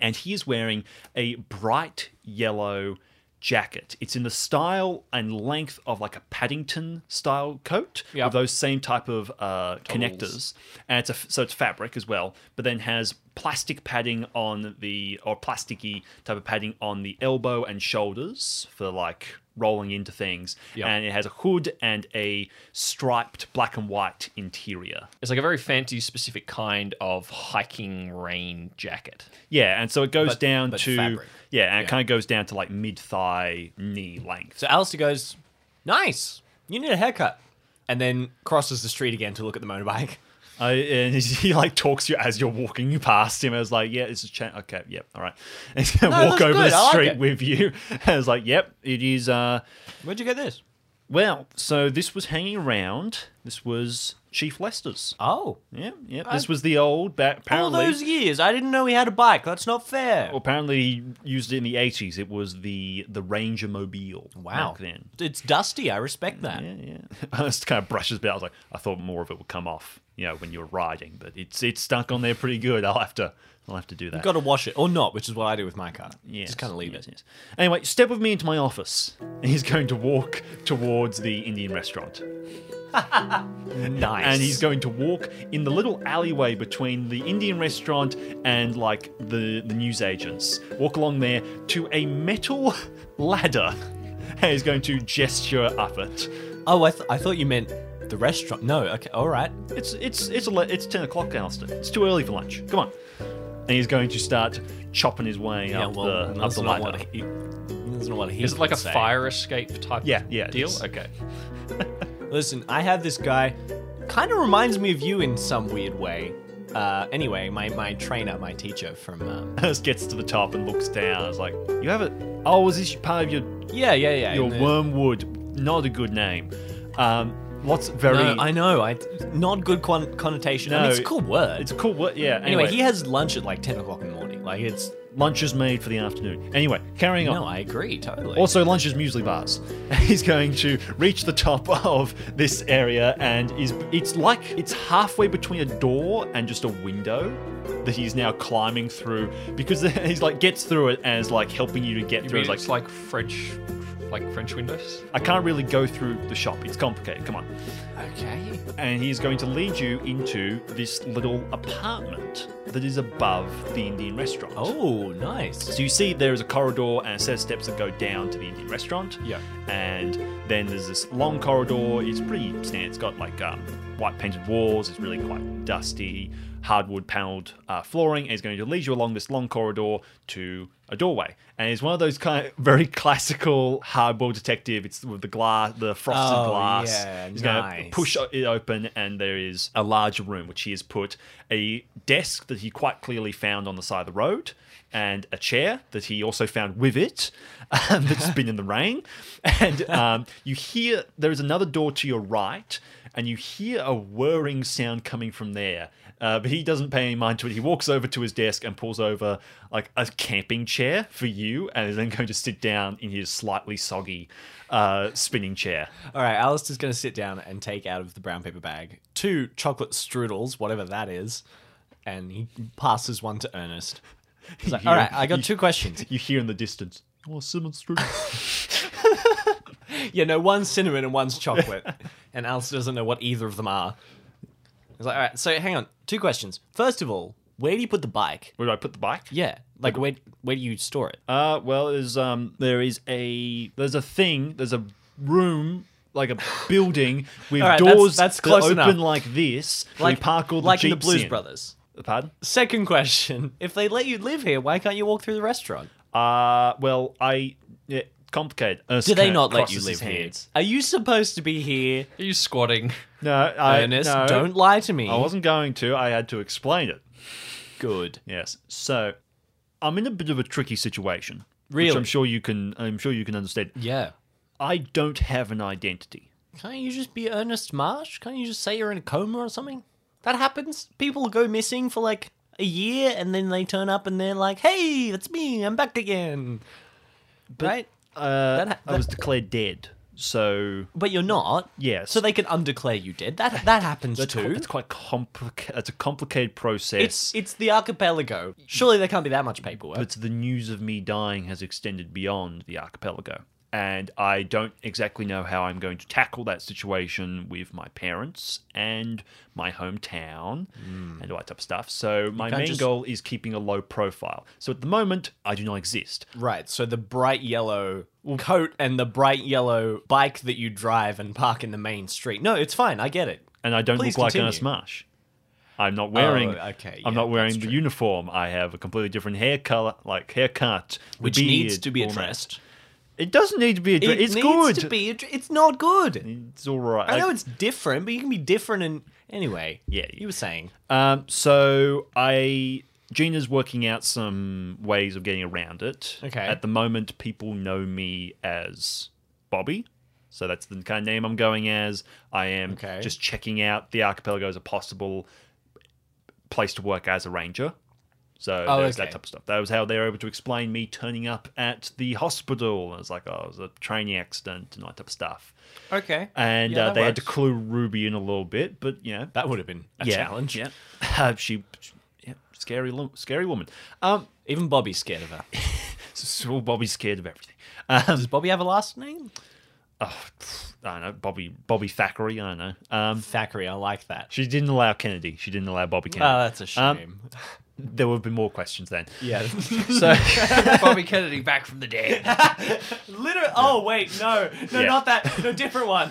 S3: and he is wearing a bright yellow jacket. It's in the style and length of like a Paddington style coat
S2: Yeah.
S3: with those same type of uh, connectors, and it's a, f- so it's fabric as well, but then has plastic padding on the or plasticky type of padding on the elbow and shoulders for like rolling into things,
S1: Yeah.
S3: and it has a hood and a striped black and white interior.
S1: It's like a very fancy, specific kind of hiking rain jacket.
S3: Yeah, and so it goes
S2: But-
S3: down
S2: but
S3: to
S2: fabric.
S3: yeah, and it kind of goes down to like mid thigh knee length.
S2: So Alistair goes, "Nice. You need a haircut." And then crosses the street again to look at the motorbike.
S3: I, and he like talks to you as you're walking past him. I was like, yeah, this is cha- okay, yep, all right. And he's gonna
S2: No, it
S3: walk
S2: looks
S3: over
S2: good, I
S3: the
S2: like
S3: street
S2: it.
S3: with you. And I was like, yep, it is. uh
S2: Where'd you get this?
S3: Well, so this was hanging around. This was Chief Lester's.
S2: Oh,
S3: Yeah, yeah. This was the old back.
S2: all
S3: Apparently, Oh,
S2: those years I didn't know he had a bike. That's not fair.
S3: well, apparently he used it in the eighties. It was the the Ranger Mobile.
S2: Wow.
S3: Back then.
S2: It's dusty. I respect that.
S3: Yeah, yeah. Ernest kind of brushes it. I was like, I thought more of it would come off, you know, when you're riding, but it's it's stuck on there pretty good. I'll have to I'll have to do that.
S2: Got to wash it or not, which is what I do with my car.
S3: Yes,
S2: Just kind of leave
S3: yes,
S2: it.
S3: yes. Anyway, step with me into my office. And he's going to walk towards the Indian restaurant.
S2: Nice.
S3: And he's going to walk in the little alleyway between the Indian restaurant and like the the newsagents. Walk along there to a metal ladder. And he's going to gesture up it.
S2: Oh, I, th- I thought you meant the restaurant. No. Okay. All right.
S3: It's it's it's ele it's ten o'clock, Alistair. It's too early for lunch. Come on. And he's going to start chopping his way up the up
S2: that's
S3: the
S2: not
S3: ladder.
S2: what he. That's not what he.
S1: Is it like
S2: would
S1: a
S2: say.
S1: fire escape type
S3: Yeah, yeah, it
S1: deal?
S3: is.
S1: Okay.
S2: Listen, I have this guy. Kind of reminds me of you in some weird way. Uh, anyway, my, my trainer, my teacher from. Um,
S3: Ernest gets to the top and looks down. It's like, "You have it? Oh, is this part of your
S2: yeah, yeah, yeah.
S3: your
S2: in the-
S3: wormwood? Not a good name. Um, what's very?
S2: No, Uh, I know. I not good con- connotation. I mean,
S3: No,
S2: it's a cool word.
S3: it's a cool word. Yeah. Anyway,
S2: anyway, he has lunch at like ten o'clock in the morning. Like it's.
S3: lunch is made for the afternoon. Anyway, carrying on.
S2: No, I agree totally.
S3: Also, lunch is muesli bars. He's going to reach the top of this area, and is it's like it's halfway between a door and just a window that he's now climbing through because he's like gets through it and is like helping you to get
S1: You
S3: through.
S1: mean
S3: It's
S1: it's
S3: like
S1: like French like French windows.
S3: I can't really go through the shop. It's complicated. Come on.
S2: Okay.
S3: And he's going to lead you into this little apartment that is above the Indian restaurant.
S2: Oh, nice.
S3: So you see there is a corridor and a set of steps that go down to the Indian restaurant.
S2: Yeah.
S3: And then there's this long corridor. It's pretty standard. It's got like um, white painted walls. It's really quite dusty, hardwood paneled uh, flooring. And it's going to lead you along this long corridor to a doorway. And it's one of those kind of very classical hardboiled detective. It's with the glass, the frosted
S2: Oh,
S3: glass.
S2: yeah,
S3: He's going
S2: nice.
S3: to push push it open and there is a large room which he has put a desk that he quite clearly found on the side of the road and a chair that he also found with it um, that's been in the rain and um, you hear there is another door to your right and you hear a whirring sound coming from there uh, but he doesn't pay any mind to it he walks over to his desk and pulls over like a camping chair for you and is then going to sit down in his slightly soggy uh, spinning chair
S2: All right, Alistair's going to sit down and take out of the brown paper bag two chocolate strudels, whatever that is, and he passes one to Ernest. He's like,
S3: You
S2: All
S3: hear-
S2: right, I got two questions.
S3: you hear in the distance
S5: Oh, Simmons Strudel.
S2: Yeah, no, one's cinnamon and one's chocolate. and Alistair doesn't know what either of them are. He's like, all right, so hang on. Two questions. First of all, where do you put the bike?
S3: Where do I put the bike?
S2: Yeah, like where where do you store it?
S3: Uh, well, there's um, there is a there's a thing, there's a room like a building with
S2: All right, that's-
S3: doors
S2: that's
S3: that
S2: close
S3: open
S2: enough.
S3: like this. Like
S2: Like
S3: we park all the
S2: like in the
S3: Jeeps
S2: Blues
S3: in.
S2: Brothers.
S3: Pardon?
S2: Second question: If they let you live here, why can't you walk through the restaurant?
S3: Uh, well, I yeah, complicated. Uh,
S2: Do they not let you
S3: crosses
S2: live
S3: his
S2: here?
S3: hands.
S2: Are you supposed to be here,
S1: Are you squatting?
S3: No, I
S2: Ernest?
S3: no,
S2: Don't lie to me.
S3: I wasn't going to. I had to explain it.
S2: good.
S3: Yes. So I'm in a bit of a tricky situation. Which
S2: Really?
S3: I'm sure you can. I'm sure you can understand.
S2: Yeah.
S3: I don't have an identity.
S2: Can't you just be Ernest Marsh? Can't you just say you're in a coma or something? That happens. People go missing for like a year and then they turn up and they're like, hey, it's me, I'm back again. right?
S3: Uh,
S2: That ha-
S3: I was declared dead. So
S2: But you're not.
S3: Yes.
S2: So they can undeclare you dead. That that happens
S3: That's
S2: too.
S3: quite, that's quite complicated. It's a complicated process.
S2: it's it's the archipelago. Surely there can't be that much paperwork.
S3: but the news of me dying has extended beyond the archipelago, and I don't exactly know how I'm going to tackle that situation with my parents and my hometown and all that type of stuff. So my
S2: can't
S3: main
S2: just-
S3: goal is keeping a low profile. So at the moment, I do not exist.
S2: Right. So the bright yellow coat and the bright yellow bike that you drive and park in the main street. No, it's fine. I get it.
S3: and I don't
S2: Please
S3: look like
S2: continue.
S3: Ernest Marsh. I'm not wearing.
S2: Oh, okay,
S3: I'm
S2: yeah,
S3: not wearing
S2: that's
S3: the
S2: true.
S3: uniform. I have a completely different hair color, like haircut, the
S2: Which needs
S3: beard,
S2: to be
S3: all that.
S2: addressed.
S3: It doesn't need to be addressed.
S2: it
S3: it's
S2: needs
S3: good.
S2: to be. addre- It's not good.
S3: It's all right.
S2: I know it's different, but you can be different and anyway.
S3: Yeah,
S2: You were saying.
S3: Um, so I Gina's working out some ways of getting around it.
S2: Okay.
S3: At the moment, people know me as Bobby. So that's the kind of name I'm going as. I am
S2: Okay.
S3: just checking out the archipelago as a possible place to work as a ranger. So
S2: Oh,
S3: there's that
S2: okay.
S3: type of stuff. That was how they were able to explain me turning up at the hospital. I was like, oh, it was a training accident and all that type of stuff.
S2: Okay.
S3: And
S2: Oh, Yeah,
S3: uh,
S2: that
S3: they had to
S2: works.
S3: clue Ruby in a little bit, but you know,
S2: That would have been a challenge.
S3: yeah. Uh, she, she- yeah, scary, lo- scary woman. Um,
S2: Even Bobby's scared of her.
S3: so Bobby's scared of everything. Um,
S2: Does Bobby have a last name?
S3: oh, pff, I don't know, Bobby, Bobby Thackeray. I don't know. Um,
S2: Thackeray. I like that.
S3: she didn't allow Kennedy. She didn't allow Bobby
S2: Oh,
S3: Kennedy.
S2: that's a shame.
S3: there would have been more questions then.
S2: yeah.
S3: So
S1: Bobby Kennedy back from the dead.
S2: Literally. Oh wait, no, no,
S3: Yeah.
S2: not that. No, different one.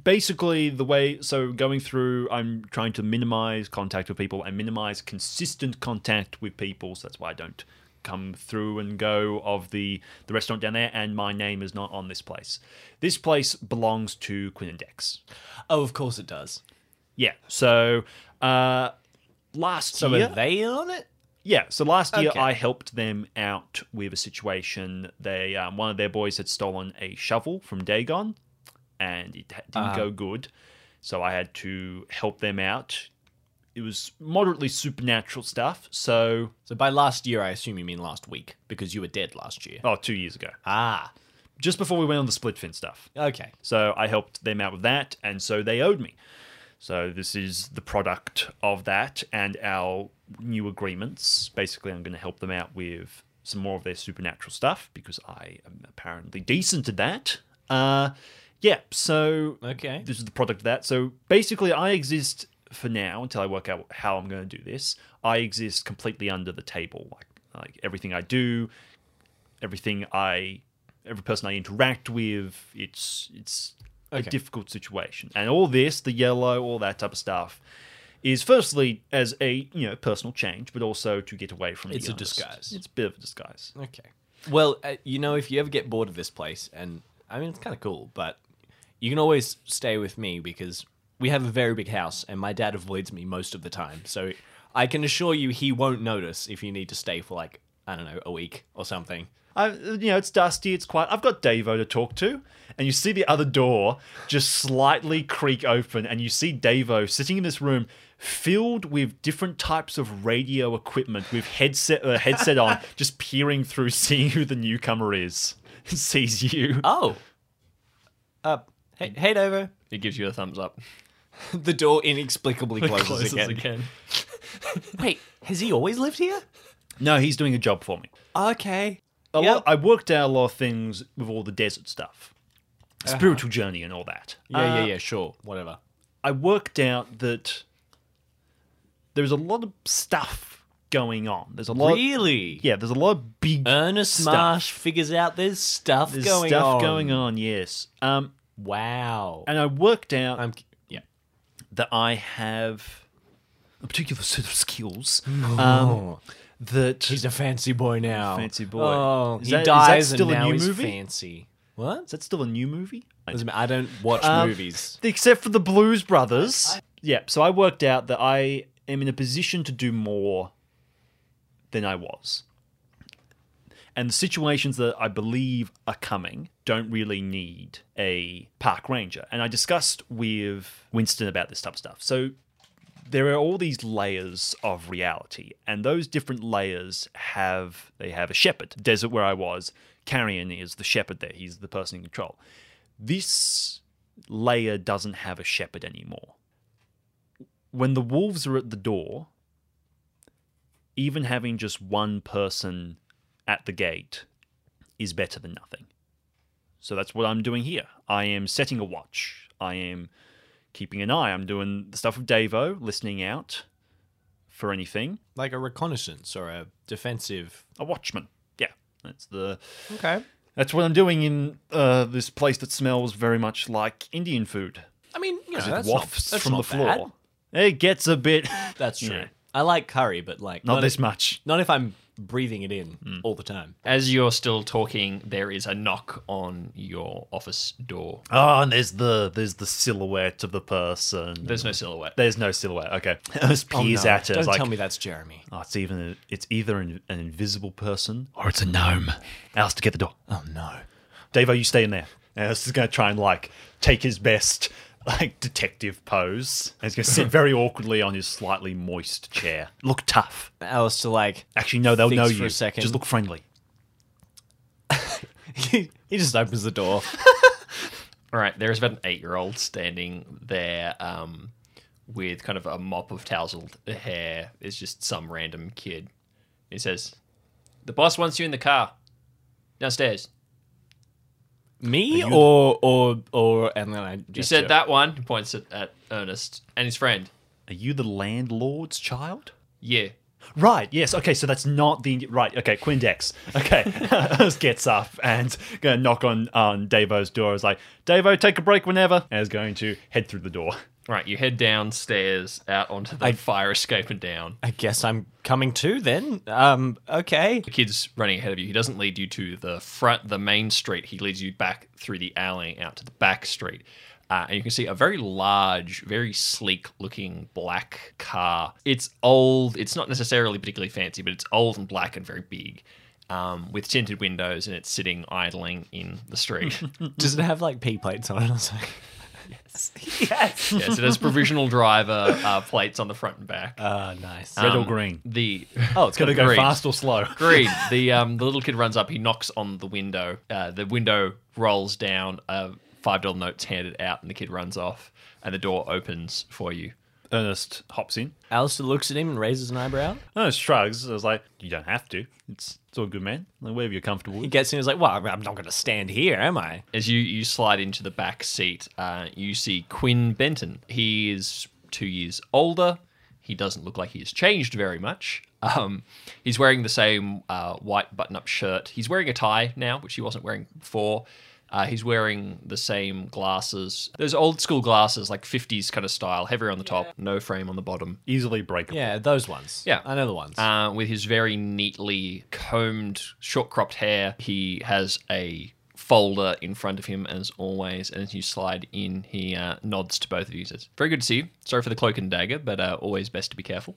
S3: basically, the way so going through, I'm trying to minimize contact with people and minimize consistent contact with people. So that's why I don't come through and go of the the restaurant down there and my name is not on this place this place belongs to quinn and dex
S2: Oh, of course it does.
S3: Yeah. So uh last
S2: So
S3: year
S2: are they on it?
S3: yeah so last year
S2: Okay.
S3: i helped them out with a situation they um, one of their boys had stolen a shovel from dagon and it ha- didn't
S2: Ah.
S3: go good so i had to help them out it was moderately supernatural stuff so
S2: So by last year, I assume you mean last week because you were dead last year.
S3: oh two years ago
S2: Ah,
S3: just before we went on the split fin stuff
S2: okay.
S3: So I helped them out with that, and so they owed me. So this is the product of that and our new agreements. Basically, I'm going to help them out with some more of their supernatural stuff because I am apparently decent at that. Uh, yeah, so
S2: Okay.
S3: this is the product of that. So basically, I exist for now until I work out how I'm going to do this. I exist completely under the table. Like, like everything I do, everything I, every person I interact with, it's it's a
S2: Okay.
S3: difficult situation. And all this, the yellow, all that type of stuff, is firstly as a you know personal change, but also to get away from.
S2: It's
S3: the
S2: a
S3: honest.
S2: disguise.
S3: It's a bit of a disguise.
S2: Okay. Well, uh, you know, if you ever get bored of this place, and I mean, it's kind of cool, but you can always stay with me because we have a very big house, and my dad avoids me most of the time. So I can assure you, he won't notice if you need to stay for like I don't know a week or something.
S3: I, you know, it's dusty, it's quiet. I've got Davo to talk to, and you see the other door just slightly creak open, and you see Davo sitting in this room filled with different types of radio equipment with headset uh, headset on, just peering through, seeing who the newcomer is. Sees you.
S2: Oh. Uh, hey, hey, Dover.
S1: It gives you a thumbs up.
S2: The door inexplicably closes,
S1: Closes
S2: again.
S1: again.
S2: Wait, has he always lived here?
S3: No, he's doing a job for me.
S2: Okay.
S3: A
S2: Yep.
S3: lot, I worked out a lot of things with all the desert stuff, spiritual journey, and all that.
S2: Uh-huh. Yeah, yeah, yeah. Sure, whatever.
S3: I worked out that there's a lot of stuff going on. There's a lot.
S2: Really?
S3: Yeah, there's a lot of big
S2: Ernest
S3: stuff.
S2: Marsh figures out there's stuff
S3: There's
S2: going
S3: stuff
S2: on.
S3: going on. Yes. Um,
S2: Wow.
S3: and I worked out
S2: I'm yeah.
S3: that I have a particular set of skills. Um, that
S2: He's a fancy boy now.
S3: Fancy boy.
S2: Oh,
S3: Is
S2: he
S3: that- is that
S2: dies
S3: still a
S2: and now
S3: new
S2: he's
S3: movie?
S2: fancy. What?
S3: is that still a new movie? I
S2: Doesn't matter, I don't watch
S3: Um,
S2: movies.
S3: except for the Blues Brothers. Yeah, so I worked out that I am in a position to do more than I was. And the situations that I believe are coming don't really need a park ranger. And I discussed with Winston about this type of stuff. So there are all these layers of reality, and those different layers have they have a shepherd. Desert where I was, Carrion is the shepherd there. He's the person in control. This layer doesn't have a shepherd anymore. When the wolves are at the door, even having just one person at the gate is better than nothing. So that's what I'm doing here. I am setting a watch. I am keeping an eye. I'm doing the stuff with Davo, listening out for anything.
S2: Like a reconnaissance or a defensive.
S3: A watchman. Yeah, that's the
S2: Okay.
S3: that's what I'm doing in uh, this place that smells very much like Indian food.
S2: I mean, you know,
S3: Because
S2: that's
S3: it wafts
S2: not, that's
S3: from the
S2: not bad.
S3: floor. It gets a bit
S2: That's true.
S3: Yeah.
S2: I like curry, but like
S3: not
S2: if,
S3: this much. Hmm.
S2: Not if I'm breathing it in all the time.
S1: As you're still talking, there is a knock on your office door.
S5: Oh, and there's the there's the silhouette of the person.
S1: There's no silhouette.
S5: There's no silhouette. Okay, Ernest peers
S2: Oh, no,
S5: at it.
S2: Don't
S5: like,
S2: tell me that's Jeremy.
S5: "Oh, it's even it's either an, an invisible person or it's a gnome. Alice, to get the door.
S2: Oh no.
S5: Davo, you stay in there. And this is going to try and like take his best like detective pose. And he's going to sit very awkwardly on his slightly moist chair. Look tough.
S2: Alice to like
S5: Actually, no, they'll
S2: Thinks
S5: know
S2: for
S5: you.
S2: a second.
S5: Just look friendly.
S2: he just opens the door.
S1: All right, there is about an eight-year-old standing there um, with kind of a mop of tousled hair. It's just some random kid. He says, "The boss wants you in the car downstairs."
S2: Me or or or and then I just
S1: You said that one. He points at, at Ernest and his friend.
S5: Are you the landlord's child?
S1: Yeah,
S5: Right, yes, okay, so that's not the. Right, okay, Quindex. Okay, Ernest gets up and going to knock on, on Davo's door. Is like, Davo, take a break whenever. And is going to head through the door.
S1: All Right, you head downstairs out onto the fire escape and down.
S2: I guess I'm coming too then. Um okay.
S1: The kid's running ahead of you. He doesn't lead you to the front, the main street. He leads you back through the alley out to the back street. Uh, and you can see a very large, very sleek looking black car. It's old. It's not necessarily particularly fancy, but it's old and black and very big um, with tinted windows, and it's sitting idling in the street.
S2: Does it have like P plates on it or something? Yes.
S1: yeah, so there's provisional driver uh, plates on the front and back.
S2: Uh nice.
S5: Red or
S1: Um,
S5: green?
S1: The
S2: oh, it's
S5: Got to
S2: gonna go.
S5: go
S1: Agreed.
S5: fast or slow.
S1: Agreed. The um, the little kid runs up. He knocks on the window. Uh, the window rolls down. A five dollar note's handed out, and the kid runs off. And the door opens for you.
S3: Ernest hops in.
S2: Alistair looks at him and raises an eyebrow.
S3: Ernest shrugs. I was like, you don't have to. It's, it's all good, man. Like, wherever you're comfortable
S2: He
S3: with.
S2: gets in and is like, well, I'm not going to stand here, am I?
S1: As you, you slide into the back seat, uh, you see Quinn Benton. He is two years older. He doesn't look like he has changed very much. Um, he's wearing the same uh, white button up shirt. He's wearing a tie now, which he wasn't wearing before. Uh, he's wearing the same glasses. Those old school glasses, like 50s kind of style, heavier on the top, no frame on the bottom.
S3: Easily breakable.
S2: Yeah, those ones.
S1: Yeah.
S2: I know the ones.
S1: uh, with his very neatly combed, short cropped hair. He has a folder in front of him as always. And as you slide in, he uh, nods to both of you. He Says, "Very good to see you. Sorry for the cloak and dagger, but uh, always best to be careful."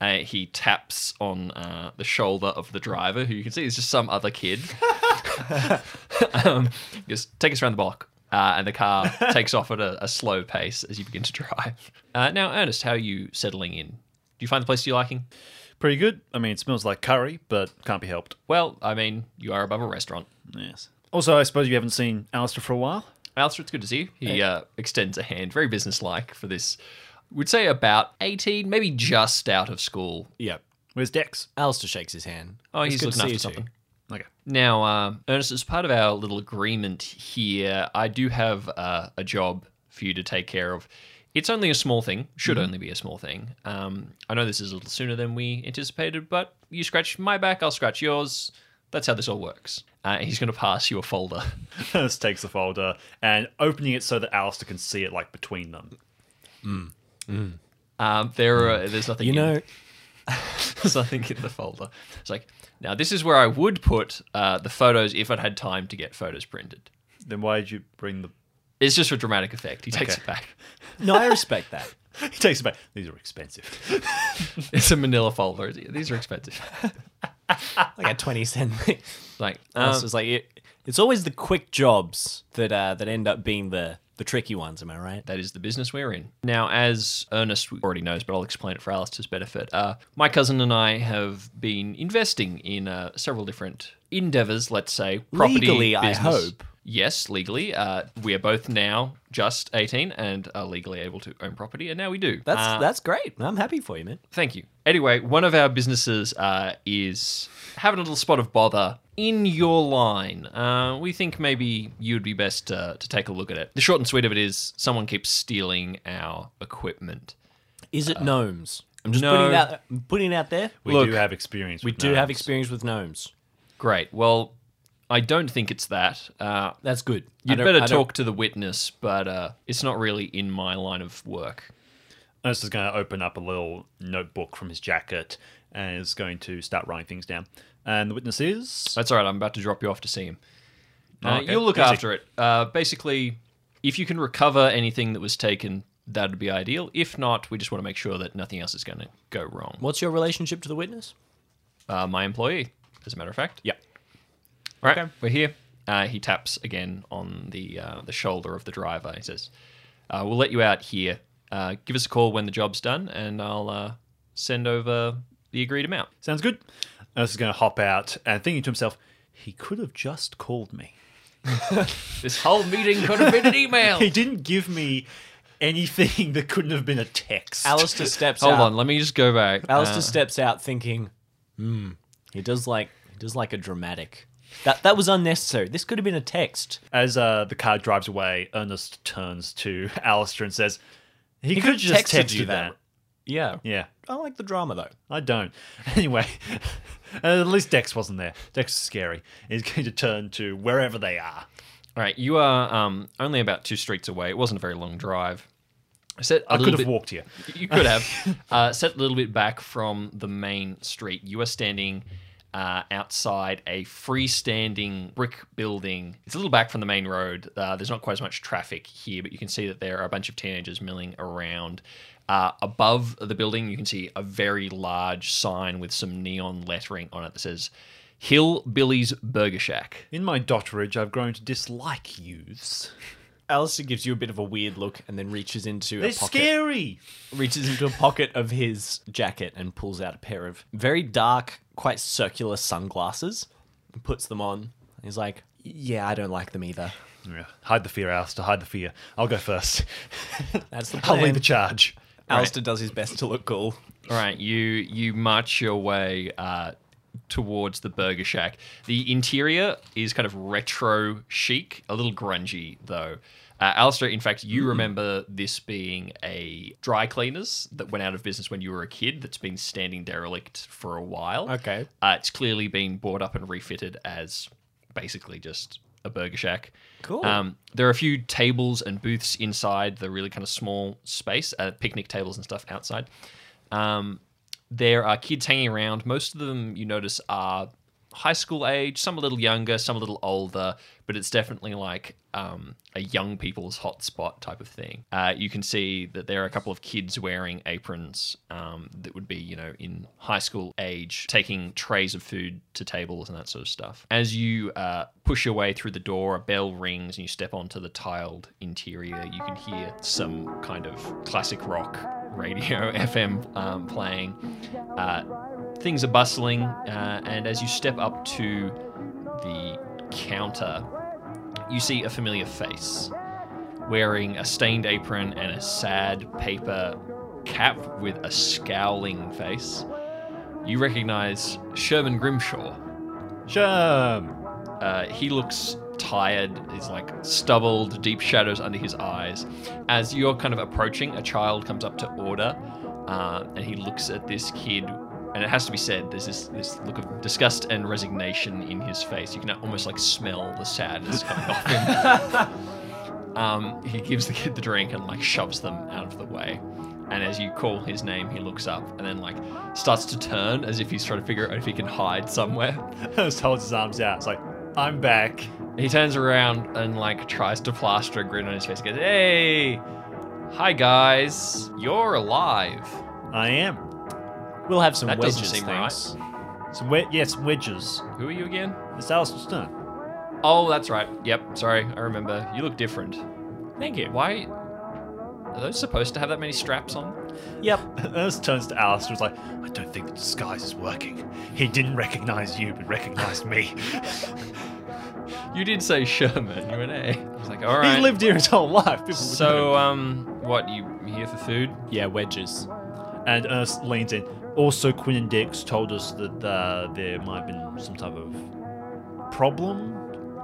S1: Uh, he taps on uh, the shoulder of the driver, who you can see is just some other kid. um, he goes, "Take us around the block." Uh, and the car takes off at a, a slow pace as you begin to drive. Uh, now, Ernest, how are you settling in? Do you find the place you're liking?
S3: Pretty good. I mean, it smells like curry, but can't be helped.
S1: Well, I mean, you are above a restaurant.
S3: Yes. Also, I suppose you haven't seen Alistair for a while.
S1: Alistair, it's good to see you. He uh, extends a hand, very businesslike, for this. Would say about 18, maybe just out of school.
S2: yep.
S3: Where's Dex?
S2: Alistair shakes his hand.
S1: Oh,
S2: It's
S1: he's
S2: good
S1: looking
S2: to see
S1: after
S2: you
S1: something.
S2: too.
S3: Okay.
S1: Now, uh, Ernest, as part of our little agreement here, I do have uh, a job for you to take care of. It's only a small thing, should
S2: Mm-hmm.
S1: only be a small thing. Um, I know this is a little sooner than we anticipated, but you scratch my back, I'll scratch yours. That's how this all works. Uh, he's going to pass you a folder.
S3: Ernest takes the folder and opening it so that Alistair can see it, like between them.
S1: Um, there are, there's nothing.
S2: Mm. You
S1: in-
S2: know,
S1: there's nothing in the folder. It's like now this is where I would put uh, the photos if I'd had time to get photos printed.
S3: Then why did you bring the?
S1: It's just for dramatic effect. He takes it back.
S2: no, I respect that.
S3: He takes it back. These are expensive.
S1: It's a Manila folder. These are expensive.
S2: Like a 20 cent thing.
S1: Like um,
S2: Alistair's like, it, it's always the quick jobs that uh, that end up being the, the tricky ones, am I right?
S1: that is the business we're in. Now, as Ernest already knows, but I'll explain it for Alistair's benefit. Uh, my cousin and I have been investing in uh, several different endeavors. Let's say property,
S2: Legally, I
S1: business.
S2: hope.
S1: Yes, legally. Uh, we are both now just 18 and are legally able to own property, and now we do.
S2: That's
S1: Uh,
S2: that's great. I'm happy for you, man.
S1: Thank you. Anyway, one of our businesses uh, is having a little spot of bother in your line. Uh, we think maybe you'd be best uh, to take a look at it. The short and sweet of it is someone keeps stealing our equipment.
S2: Is it gnomes? Uh, I'm just
S1: no.
S2: putting it out I'm putting it out there.
S3: We
S1: Look,
S3: do have experience.
S2: We do have experience with gnomes.
S1: Great. Well, I don't think it's that. Uh,
S2: That's good. I
S1: you'd
S2: don't-
S1: better
S2: I don't-
S1: talk to the witness, but uh, it's not really in my line of work.
S3: Ernest is going to open up a little notebook from his jacket and is going to start writing things down. And the witness is
S2: Uh,
S1: That's all right. I'm about to drop you off to see him. Uh,
S3: Oh, okay.
S1: You'll look
S3: Easy.
S1: after it. Uh, basically, if you can recover anything that was taken, that would be ideal. If not, we just want to make sure that nothing else is going to go wrong.
S2: What's your relationship to the witness?
S1: Uh, my employee, as a matter of fact.
S2: Yeah.
S1: All right, we're here. Uh, he taps again on the uh, the shoulder of the driver. He says, uh, "We'll let you out here. Uh, give us a call when the job's done, and I'll uh, send over the agreed amount."
S3: sounds good. Ernest is going to hop out and thinking to himself, he could have just called me.
S1: This whole meeting could have been an
S2: Oh.
S1: email.
S3: He didn't give me anything that couldn't have been a text.
S2: Alistair steps
S1: Hold
S2: out.
S1: on, let me just go back.
S2: Alistair
S1: Uh,
S2: steps out thinking, hmm, he does like he does like a dramatic. That that was unnecessary. This could have been a text.
S3: As uh, the car drives away, Ernest turns to Alistair and says, "He, could
S2: could've
S3: just
S2: texted
S3: text
S2: you
S3: you
S2: that.
S3: that."
S2: Yeah.
S3: Yeah,
S2: I like the drama though.
S3: I don't. Anyway, uh, at least Dex wasn't there. Dex is scary. He's going to turn to wherever they are.
S1: All right, you are um, only about two streets away. It wasn't a very long drive. Set a
S3: I
S1: little
S3: could have
S1: bit-
S3: walked here.
S1: You could have. uh, set a little bit back from the main street. You are standing uh, outside a freestanding brick building. It's a little back from the main road. Uh, there's not quite as much traffic here, but you can see that there are a bunch of teenagers milling around. Uh, above the building, you can see a very large sign with some neon lettering on it that says Hillbilly's Burger Shack.
S3: In my dotterage, I've grown to dislike youths.
S2: Alistair gives you a bit of a weird look and then reaches into
S3: They're
S2: a pocket,
S3: scary.
S2: reaches into a pocket of his jacket and pulls out a pair of very dark, quite circular sunglasses and puts them on. He's like, "Yeah, I don't like them either."
S3: Yeah, Hide the fear, Alistair. Hide the feer. I'll go first.
S2: That's the
S3: I'll
S2: plan.
S3: lead the charge.
S2: Alistair does his best to look cool.
S1: All right, you you march your way uh, towards the burger shack. The interior is kind of retro chic, a little grungy though. Uh, Alistair, in fact,
S2: Mm.
S1: you remember this being a dry cleaners that went out of business when you were a kid. That's been standing derelict for a while.
S2: Okay.
S1: uh, it's clearly been bought up and refitted as basically just a burger shack.
S2: Cool.
S1: Um, there are a few tables and booths inside the really kind of small space, uh, picnic tables and stuff outside. Um, there are kids hanging around. Most of them you notice are high school age, some a little younger, some a little older, but it's definitely like um, a young people's hotspot type of thing. Uh, you can see that there are a couple of kids wearing aprons um, that would be, you know, in high school age, taking trays of food to tables and that sort of stuff. As you uh, push your way through the door, a bell rings and you step onto the tiled interior. You can hear some kind of classic rock radio FM um, playing. Uh, things are bustling, uh, and as you step up to the counter, you see a familiar face wearing a stained apron and a sad paper cap with a scowling face. You recognize Sherman Grimshaw.
S5: Shum.
S1: Uh, he looks tired. He's like stubbled, deep shadows under his eyes. As you're kind of approaching, a child comes up to order, uh, and he looks at this kid. And it has to be said, there's this, this look of disgust and resignation in his face. You can almost like smell the sadness coming off him. Um, he gives the kid the drink and like shoves them out of the way. And as you call his name, he looks up and then like starts to turn as if he's trying to figure out if he can hide somewhere.
S5: Just holds his arms out. It's like, I'm back.
S1: He turns around and like tries to plaster a grin on his face. He Goes, "Hey, hi guys, you're alive."
S5: I am.
S2: We'll have some
S1: That
S2: wedges.
S1: doesn't seem right.
S2: thanks.
S5: Some wed- yes, wedges.
S1: Who are you again?
S5: It's Alistair Stern.
S1: Oh, that's right. Yep, sorry, I remember. You look different.
S2: Thank you.
S1: Why? Are those supposed to have that many straps on?
S2: Yep.
S5: Ernest turns to Alistair. It's like, I don't think the disguise is working. He didn't recognize you, but recognized me.
S1: You did say Sherman. You went A. I was like, all
S5: He's
S1: right.
S5: lived here his whole life. People would know.
S1: so, um, what you here for food?
S2: Yeah, wedges.
S5: and Ernest leans in. Also, Quinn and Dix told us that uh, there might have been some type of problem.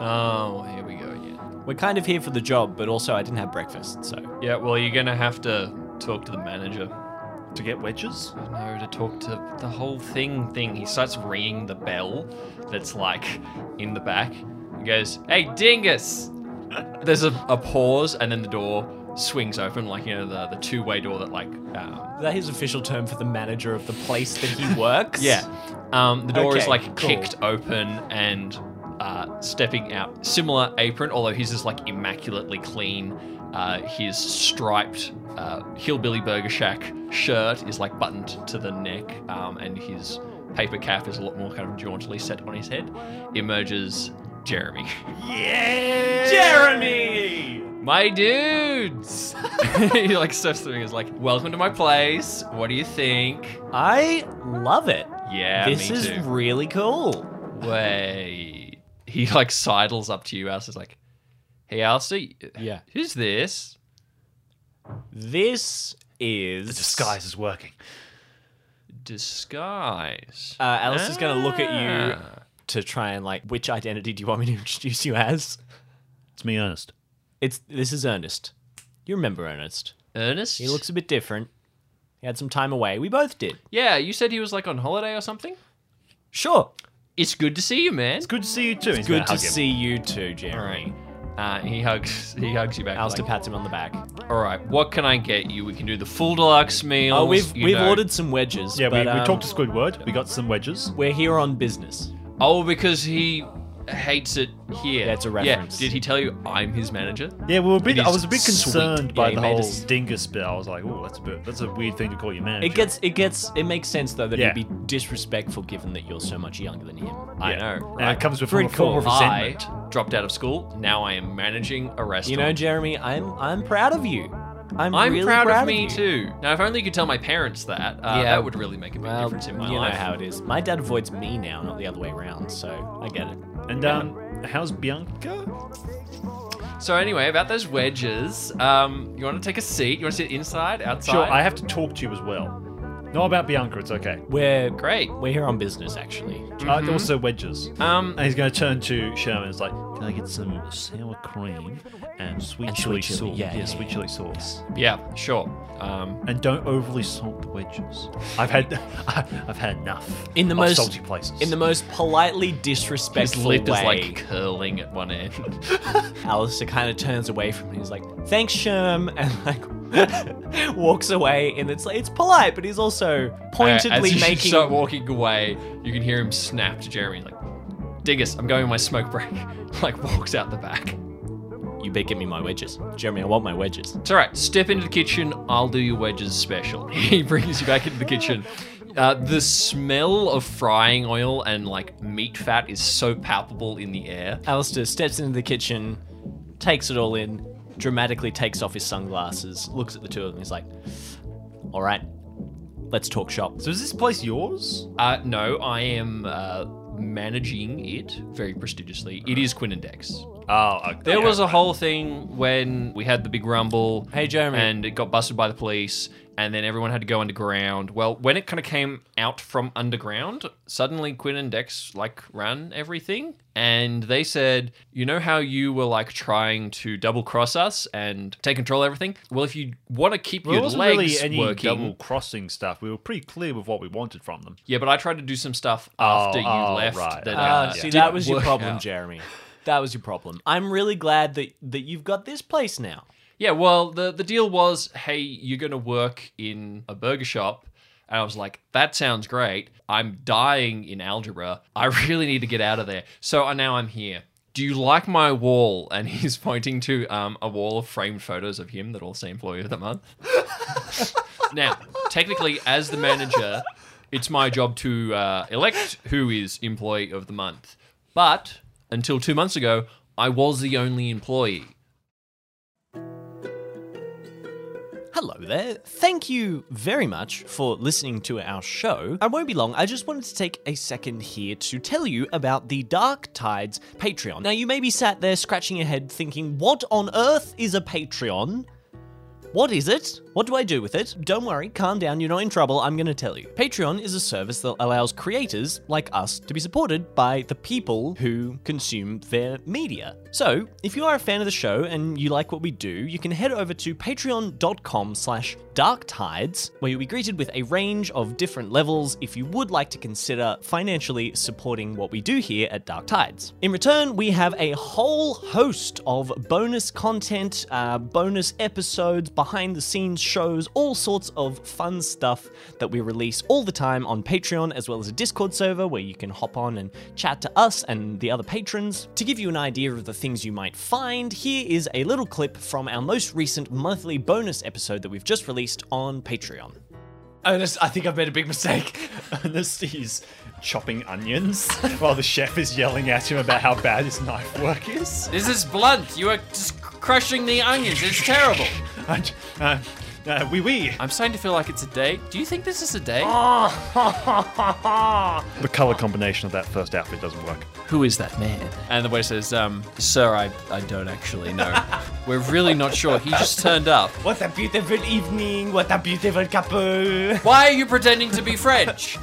S1: Oh, here we go again.
S2: We're kind of here for the job, but also I didn't have breakfast, so
S1: Yeah, well, you're gonna have to talk to the manager.
S5: To get wedges?
S1: No, to talk to the whole thing thing. He starts ringing the bell that's like in the back. He goes, Hey, Dingus! There's a, a pause, and then the door swings open, like, you know, the, the two way door that, like, um,
S2: is that his official term for the manager of the place that he works?
S1: yeah. Um, the door is
S2: Okay,
S1: like
S2: cool.
S1: kicked open and uh, stepping out. Similar apron, although his is like immaculately clean. Uh, his striped uh, hillbilly burger shack shirt is like buttoned to the neck, um, and his paper cap is a lot more kind of jauntily set on his head. Emerges Jeremy.
S5: Yeah!
S2: Jeremy!
S1: My dudes! he like steps through and is like, "Welcome to my place. What do you think?"
S2: I love it.
S1: Yeah,
S2: this
S1: me
S2: is
S1: too.
S2: really cool.
S1: Wait. He like sidles up to you, Alistair's like, Hey Alistair,
S2: Yeah.
S1: who's this?
S2: This is
S5: The disguise is working.
S1: Disguise.
S2: Uh, Alistair's gonna look at you
S1: Ah.
S2: to try and like, which identity do you want me to introduce you as?
S5: It's me, Ernest.
S2: It's this is Ernest. You remember Ernest?
S1: Ernest?
S2: He looks a bit different. He had some time away. We both did.
S1: Yeah, you said he was like on holiday or something?
S2: Sure.
S1: It's good to see you, man.
S5: It's good to see you too. It's
S2: Good to see you too, Jeremy.
S1: Alright. Uh, he hugs he hugs you back.
S2: Alistair
S1: like,
S2: pats him on the back.
S1: Alright, what can I get you? We can do the full deluxe meal.
S2: Oh, we've we've ordered some wedges.
S5: Yeah,
S2: but,
S5: we, we
S2: um,
S5: talked to Squidward. We got some wedges.
S2: We're here on business.
S1: Oh, because he hates it here.
S2: That's a reference.
S1: Yeah. Did he tell you I'm his manager?
S5: Yeah, we were a bit,
S1: It
S5: I
S1: is
S5: was a bit
S1: sweet.
S5: concerned
S1: Yeah,
S5: by
S2: he
S5: the
S2: made
S5: whole
S2: us-
S5: dingus bit. I was like, oh, that's a bit, that's a weird thing to call your manager.
S2: It gets it gets it makes sense though that
S5: Yeah.
S2: it'd be disrespectful given that you're so much younger than him.
S1: I
S5: Yeah.
S1: know.
S5: And it comes with
S2: Pretty
S5: a form of
S2: cool.
S1: I
S5: resentment.
S1: dropped out of school. Now I am managing a restaurant.
S2: You know, Jeremy, I'm I'm proud of you. I'm,
S1: I'm
S2: really
S1: proud,
S2: proud
S1: of me
S2: you.
S1: too. Now, if only you could tell my parents that, uh,
S2: Yeah.
S1: that would really make a big
S2: Well,
S1: difference in my
S2: you
S1: life.
S2: know how it is. My dad avoids me now, not the other way around, so I get it.
S5: And um, how's Bianca?
S1: So anyway, about those wedges, um, you want to take a seat? You want to sit inside, outside?
S5: Sure, I have to talk to you as well. Not about Bianca, it's okay.
S2: We're
S1: Great.
S2: We're here on business, actually.
S5: Uh, also, wedges.
S1: Um,
S5: And he's going to turn to Sherman and is like, Can I get some sour cream and sweet
S2: And
S5: chili
S2: sweet chili,
S5: sauce?
S2: yeah, yeah,
S5: sweet chili sauce.
S1: yeah, sure. Um,
S5: And don't overly salt the wedges. I've had I've had enough
S2: In the
S5: of
S2: most-
S5: salty places.
S2: In the most politely
S1: his
S2: disrespectful
S1: lip
S2: way,
S1: is like curling at one end.
S2: Alistair kind of turns away from him. He's like, "Thanks, Sherm," and like walks away. And it's it's polite, but he's also
S1: Uh, as
S2: pointedly
S1: you
S2: making.
S1: start walking away, you can hear him snap to Jeremy like, "Dingus, I'm going on my smoke break." like walks out the back.
S2: You better give me my wedges, Jeremy. I want my wedges.
S1: It's all right. Step into the kitchen. I'll do your wedges special. He brings you back into the kitchen. Uh, the smell of frying oil and like meat fat is so palpable in the air.
S2: Alistair steps into the kitchen, takes it all in, dramatically takes off his sunglasses, looks at the two of them. He's like, "All right, let's talk shop."
S5: so is this place yours?
S1: Uh, no, I am uh, managing it very prestigiously. It is Quinn and Dex.
S5: Oh, okay.
S1: There was a whole thing when we had the big rumble.
S2: Hey, Jeremy.
S1: And it got busted by the police, and then everyone had to go underground. Well, when it kind of came out from underground, suddenly Quinn and Dex like ran everything, and they said, "You know how you were like trying to double cross us and take control of everything? Well, if you want to keep
S5: There
S1: your
S5: wasn't
S1: legs
S5: really any
S1: working,
S5: double crossing stuff. We were pretty clear with what we wanted from them.
S1: yeah, but I tried to do some stuff after you
S5: oh,
S1: left.
S5: right.
S1: That,
S2: Ah,
S1: uh,
S2: see,
S1: didn't
S2: that was your
S1: work
S2: problem,
S1: out.
S2: Jeremy. That was your problem. I'm really glad that that you've got this place now.
S1: Yeah, well, the the deal was, hey, you're going to work in a burger shop. And I was like, that sounds great. I'm dying in algebra. I really need to get out of there. So uh, now I'm here. Do you like my wall? And he's pointing to um, a wall of framed photos of him that all say employee of the month. now, technically, as the manager, it's my job to uh, elect who is employee of the month. But until two months ago, I was the only employee.
S2: Hello there. Thank you very much for listening to our show. I won't be long. I just wanted to take a second here to tell you about the Dark Tides Patreon. Now, you may be sat there scratching your head thinking, what on earth is a Patreon? What is it? What do I do with it? Don't worry, calm down, you're not in trouble, I'm gonna tell you. Patreon is a service that allows creators like us to be supported by the people who consume their media. So, if you are a fan of the show and you like what we do, you can head over to patreon.com slash darktides, where you'll be greeted with a range of different levels if you would like to consider financially supporting what we do here at Dark Tides. In return, we have a whole host of bonus content, uh, bonus episodes, behind the scenes shows, all sorts of fun stuff that we release all the time on Patreon, as well as a Discord server where you can hop on and chat to us and the other patrons. To give you an idea of the things you might find, here is a little clip from our most recent monthly bonus episode that we've just released on Patreon.
S5: Ernest, I think I've made a big mistake. Ernest is chopping onions while the chef is yelling at him about how bad his knife work is.
S1: This is blunt. You are just crushing the onions. It's terrible.
S5: And, uh, uh, wee wee.
S1: I'm starting to feel like it's a date. Do you think this is a date?
S5: The color combination of that first outfit doesn't work.
S1: Who is that man? And the boy says, um, Sir, I, I don't actually know. We're really not sure. He just turned up.
S2: What a beautiful evening, what a beautiful couple.
S1: Why are you pretending to be French?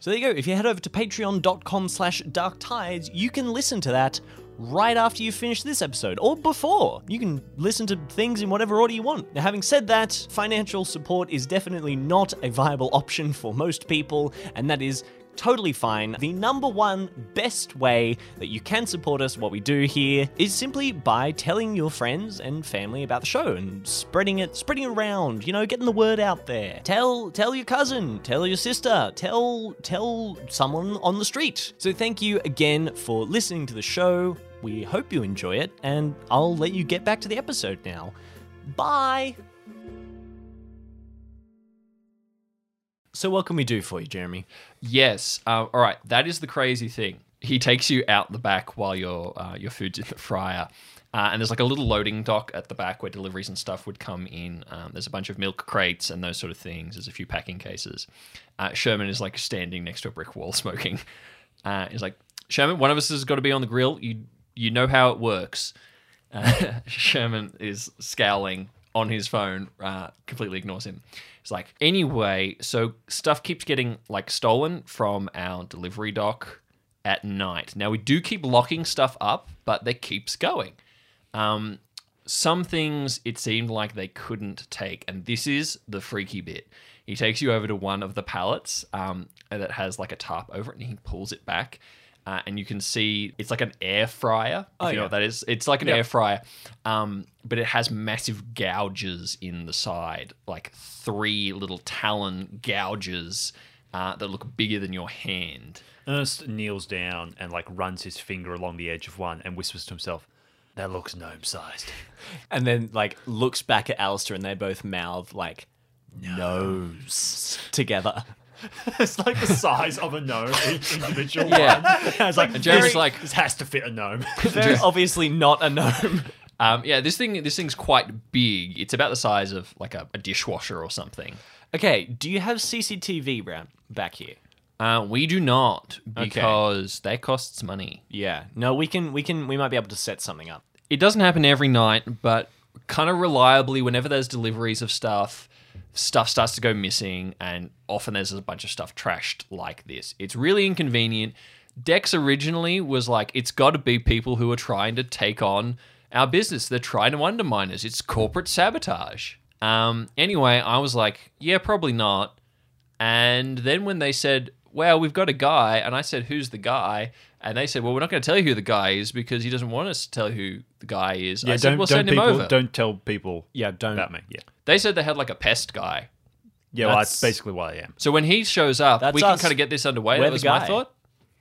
S2: So there you go. If you head over to patreon.com slash dark tides, you can listen to that right after you finish this episode or before. You can listen to things in whatever order you want. Now, having said that, financial support is definitely not a viable option for most people, and that is totally fine. The number one best way that you can support us, what we do here, is simply by telling your friends and family about the show and spreading it, spreading it around. You know, getting the word out there. Tell, tell your cousin, tell your sister, tell, tell someone on the street. So thank you again for listening to the show. We hope you enjoy it, and I'll let you get back to the episode now. Bye. So, what can we do for you, Jeremy?
S1: Yes. Uh, all right. That is the crazy thing. He takes you out the back while your uh, your food's in the fryer, uh, and there's like a little loading dock at the back where deliveries and stuff would come in. Um, there's a bunch of milk crates and those sort of things. There's a few packing cases. Uh, Sherman is like standing next to a brick wall smoking. Uh, he's like, Sherman, one of us has got to be on the grill. You you know how it works. Uh, Sherman is scowling on his phone, uh, completely ignores him. It's like, anyway, so stuff keeps getting like stolen from our delivery dock at night. Now we do keep locking stuff up, but that keeps going. Um, some things it seemed like they couldn't take, and this is the freaky bit. He takes you over to one of the pallets um, that has like a tarp over it, and he pulls it back, uh, and you can see it's like an air fryer. If you know what that is, it's like an air fryer, um, but it has massive gouges in the side, like three little talon gouges uh, that look bigger than your hand.
S3: Ernest kneels down and like runs his finger along the edge of one and whispers to himself, "That looks gnome-sized."
S2: and then like looks back at Alistair and they both mouth like nose together.
S3: it's like the size of a gnome, each individual.
S1: Yeah.
S3: one. And it's like,
S1: And Jeremy's
S3: this-
S1: like-
S3: "This has to fit a gnome."
S2: Very obviously not a gnome.
S1: Um, yeah, this thing this thing's quite big. It's about the size of like a, a dishwasher or something.
S2: Okay, do you have CCTV Brown back here?
S1: Uh, we do not because that costs money.
S2: Yeah. No, we can we can we might be able to set something up.
S1: It doesn't happen every night, but kind of reliably, whenever there's deliveries of stuff, stuff starts to go missing, and often there's a bunch of stuff trashed like this. It's really inconvenient. Dex originally was like, it's got to be people who are trying to take on our business. They're trying to undermine us. It's corporate sabotage. Um, anyway, I was like, yeah, probably not. And then when they said, "Well, we've got a guy," and I said, "Who's the guy?" and they said, "Well, we're not going to tell you who the guy is because he doesn't want us to tell who the guy is." I said, "We'll send him
S3: people,
S1: over."
S3: don't tell people
S2: Yeah, don't
S3: about me. Yeah,
S1: They said they had like a pest guy.
S3: yeah. Well,
S2: That's-
S3: that's basically what I am.
S1: So when he shows up,
S2: That's
S1: we can
S2: us.
S1: kind of get this underway.
S2: We're
S1: that
S2: the
S1: was my
S2: guy.
S1: thought.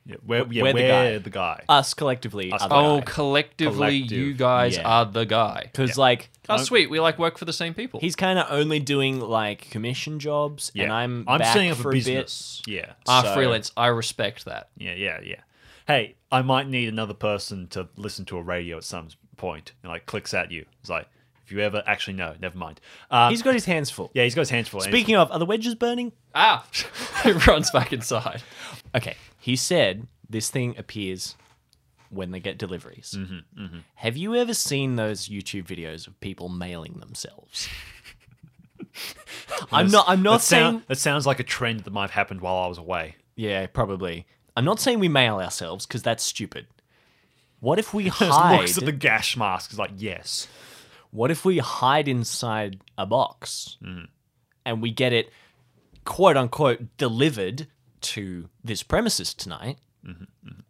S3: Yeah, we're, yeah,
S2: we're
S3: we're,
S2: the Uh,
S3: the guy.
S2: us collectively.
S3: Us
S1: Oh,
S3: guy.
S1: collectively, you
S3: Collective.
S1: guys
S2: Yeah.
S1: are the guy.
S2: because like
S1: Oh, sweet. We like work for the same people.
S2: he's kind of only doing like commission jobs, and I'm
S3: I'm
S2: back
S3: setting up
S2: for
S3: a
S2: a
S3: business. Yeah,
S1: Ah,
S2: so-
S1: freelance. I respect that.
S3: yeah, yeah, yeah. Hey, I might need another person to listen to a radio at some point. And like clicks at you. It's like if you ever actually no, never mind. Uh,
S2: bit. He's got his hands full.
S3: yeah, he's got his hands full. and he's-
S2: Speaking of, are the wedges burning?
S1: Ah, he runs back inside.
S2: Okay. He said this thing appears when they get deliveries.
S3: Mm-hmm,
S2: Have you ever seen those YouTube videos of people mailing themselves? I'm not. I'm not
S3: that,
S2: saying.
S3: sound, that sounds like a trend that might have happened while I was away.
S2: Yeah, probably. I'm not saying we mail ourselves because that's stupid. What if we
S3: Just
S2: hide?
S3: looks at the gash mask. Is like yes.
S2: What if we hide inside a box and we get it, quote unquote, delivered to this premises tonight?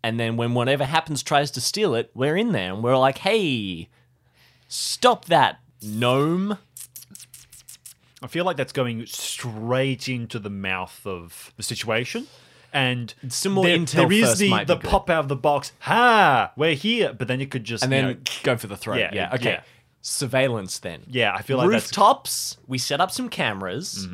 S2: And then when whatever happens tries to steal it, we're in there and we're like, hey, stop that, gnome.
S3: I feel like that's going straight into the mouth of the situation. And
S2: Some more
S3: there,
S2: intel
S3: there is
S2: first
S3: the,
S2: might be
S3: the
S2: good.
S3: pop out of the box. Ha! We're here. But then it could just.
S2: And
S3: you
S2: then
S3: know,
S2: go for the throat. Yeah,
S3: Yeah,
S2: okay.
S3: yeah.
S2: Surveillance then.
S3: yeah, I feel like that's.
S2: Rooftops, we set up some cameras.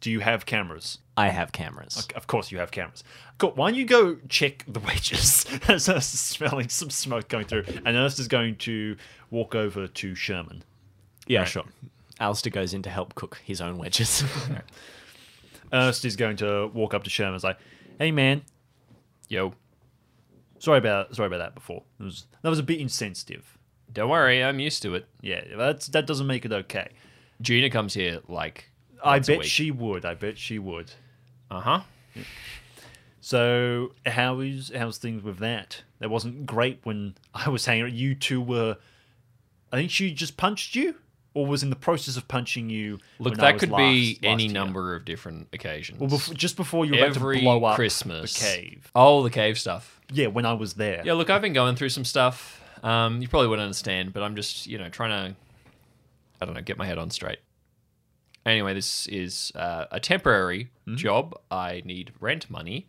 S3: Do you have cameras?
S2: I have cameras.
S3: Of course you have cameras. Cool. Why don't you go check the wedges? As Ernest is smelling some smoke going through. And Ernest is going to walk over to Sherman.
S2: Yeah, sure. Alistair goes in to help cook his own wedges.
S3: Ernest is going to walk up to Sherman and is like, hey man,
S1: Yo,
S3: sorry about sorry about that before. It was, that was a bit insensitive.
S1: don't worry. I'm used to it.
S3: Yeah, that's that doesn't make it okay.
S1: Gina comes here like
S3: I
S1: once a
S3: bet
S1: week.
S3: she would. I bet she would.
S1: Uh huh.
S3: So how is how's things with that? That wasn't great when I was hanging. out. You two were. I think she just punched you, or was in the process of punching you.
S1: Look,
S3: when I
S1: that
S3: was
S1: could
S3: last-
S1: be
S3: last
S1: any
S3: year.
S1: number of different occasions.
S3: Well, bef- just before you were
S1: Every
S3: about to blow up
S1: Christmas.
S3: the cave.
S1: Oh, the cave stuff.
S3: Yeah, when I was there.
S1: Yeah, look, I've been going through some stuff. Um, you probably wouldn't understand, but I'm just, you know, trying to, I don't know, get my head on straight. Anyway, this is uh, a temporary
S3: Hmm?
S1: job. I need rent money,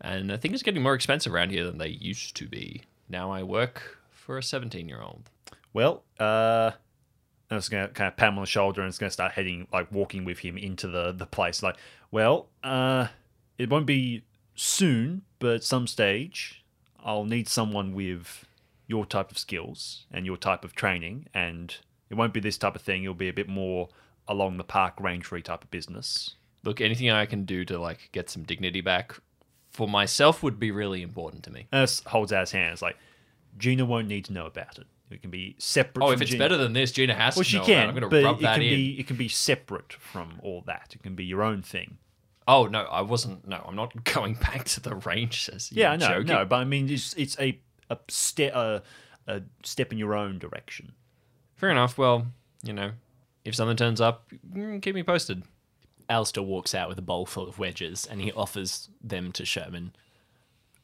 S1: and I think it's getting more expensive around here than they used to be. Now I work for a 17 year old.
S3: Well, uh, I was going to kind of pat him on the shoulder and it's going to start heading, like walking with him into the, the place. Like, well, uh, it won't be soon, but at some stage, I'll need someone with your type of skills and your type of training. And it won't be this type of thing. It'll be a bit more along the park rangery type of business.
S1: Look, anything I can do to like get some dignity back for myself would be really important to me.
S3: Ernest holds out his hands, like, Gina won't need to know about it. It can be separate.
S1: Oh,
S3: from
S1: if it's
S3: Gina.
S1: better than this, Gina has
S3: well,
S1: to
S3: she
S1: know about it.
S3: can,
S1: I'm going
S3: but
S1: to rub
S3: it
S1: that
S3: can
S1: in.
S3: be it can be separate from all that. It can be your own thing.
S1: Oh no, I wasn't. No, I'm not going back to the Rangers.
S3: Yeah, I
S1: You're
S3: know,
S1: joking.
S3: no, but I mean, it's it's a a step a, a step in your own direction.
S1: Fair enough. Well, you know, if something turns up, mm, keep me posted.
S2: Alistair walks out with a bowl full of wedges and he offers them to Sherman.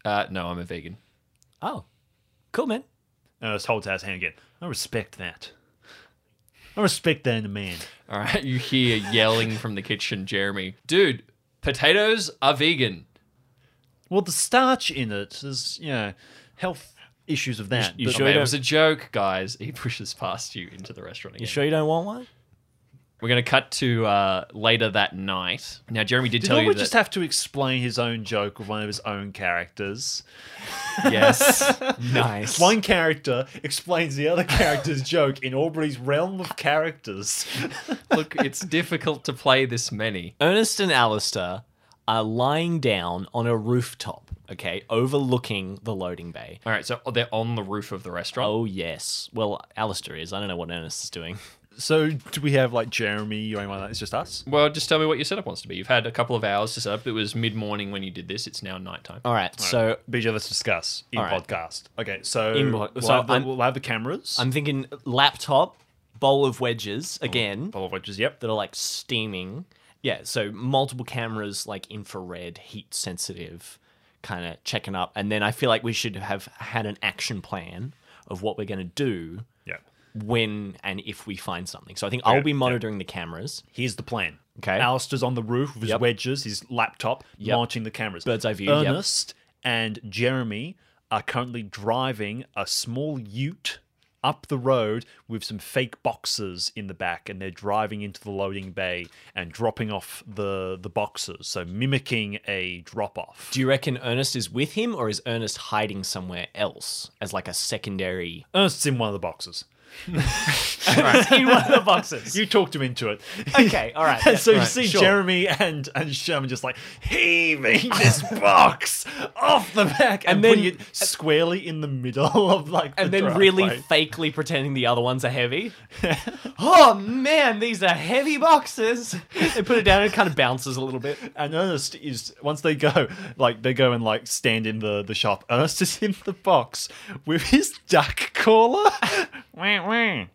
S1: Uh, no, I'm a vegan.
S2: Oh, cool, man.
S3: And I just hold Uh, out his hand again. I respect that. I respect that in a man.
S1: All right, you hear yelling from the kitchen, Jeremy. Dude, potatoes are vegan.
S3: Well, the starch in it is you know health issues of that.
S1: You
S3: but-
S1: sure it was a joke, guys. He pushes past you into the restaurant again.
S2: You sure you don't want one?
S1: We're going to cut to uh, later that night. Now, Jeremy did,
S3: Did
S1: tell you
S3: Norwood
S1: that.
S3: just have to explain his own joke with one of his own characters?
S1: yes.
S2: Nice.
S3: One character explains the other character's joke in Aubrey's realm of characters.
S1: Look, it's difficult to play this many.
S2: Ernest and Alistair are lying down on a rooftop, okay, overlooking the loading bay.
S1: All right, so they're on the roof of the restaurant.
S2: Oh, yes. Well, Alistair is. I don't know what Ernest is doing.
S3: So, do we have like Jeremy or anyone like that? It's just us?
S1: Well, just tell me what your setup wants to be. You've had a couple of hours to set up. It was mid morning when you did this. It's now nighttime.
S2: All right, so
S3: BJ, let's discuss in
S2: All right.
S3: podcast. Okay, so,
S2: In pod-
S3: we'll,
S2: so
S3: have the,
S2: I'm-
S3: we'll have the cameras.
S2: I'm thinking laptop, bowl of wedges again
S3: Follow wedges, yep.
S2: that are like steaming. Yeah, so multiple cameras, like infrared, heat sensitive, kind of checking up. And then I feel like we should have had an action plan of what we're going to do
S3: Yeah.
S2: when and if we find something. So I think I'll be monitoring the cameras.
S3: Here's the plan.
S2: Okay.
S3: Alistair's on the roof with his
S2: Yep.
S3: wedges, his laptop, launching the cameras.
S2: Bird's eye view, yep.
S3: Ernest and Jeremy are currently driving a small ute up the road with some fake boxes in the back, and they're driving into the loading bay and dropping off the the boxes, so mimicking a drop off.
S2: Do you reckon Ernest is with him or is Ernest hiding somewhere else as like a secondary?
S3: Ernest's in one of the boxes.
S2: in one of the boxes.
S3: You talked him into it.
S2: okay, all right. yeah.
S3: And so you
S2: Right,
S3: see
S2: sure.
S3: Jeremy and and Sherman just like heaving this box off the back and,
S2: And then-
S3: putting it squarely in the middle of like the
S2: and then really
S3: driveway.
S2: fakely pretending the other ones are heavy. oh man, these are heavy boxes. They put it down and it kind of bounces a little bit.
S3: and Ernest is once they go like they go and like stand in the the shop. Ernest is in the box with his duck caller.
S2: All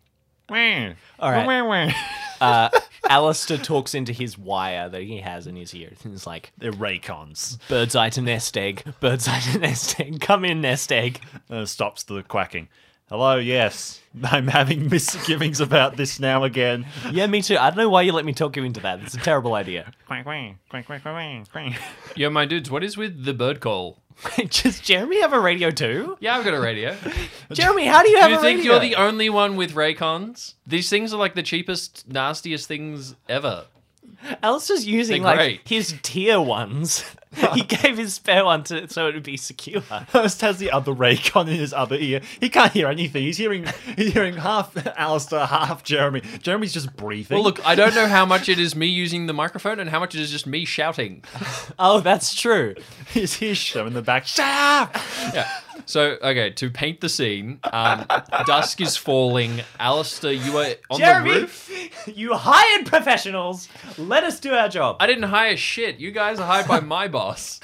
S2: right. uh, Alistair talks into his wire that he has in his ear. He's like,
S3: They're Raycons.
S2: bird's eye to nest egg, bird's eye to nest egg, come in, nest egg.
S3: Ernest stops the quacking. Hello, yes. I'm having misgivings about this now again.
S2: Yeah, me too. I don't know why you let me talk you into that. It's a terrible idea.
S1: Yo, my dudes, what is with the bird call?
S2: Does Jeremy have a radio too?
S1: Yeah, I've got a radio.
S2: Jeremy, how do you have
S1: you
S2: a
S1: think
S2: radio?
S1: you're the only one with Raycons? These things are like the cheapest, nastiest things ever.
S2: Alistair's using
S1: They're
S2: like
S1: great.
S2: his tier ones. he gave his spare one to so it would be secure.
S3: Hurst has the other Raycon in his other ear. He can't hear anything. He's hearing he's hearing half Alistair, half Jeremy. Jeremy's just breathing.
S1: Well, look, I don't know how much it is me using the microphone and how much it is just me shouting.
S2: Oh, that's true.
S3: he's here's Shem in the back. Shut up!
S1: Yeah. So, okay, to paint the scene, um, dusk is falling. Alistair, you are on the
S2: Jeremy,
S1: roof.
S2: you hired professionals. Let us do our job.
S1: I didn't hire shit. You guys are hired by my boss.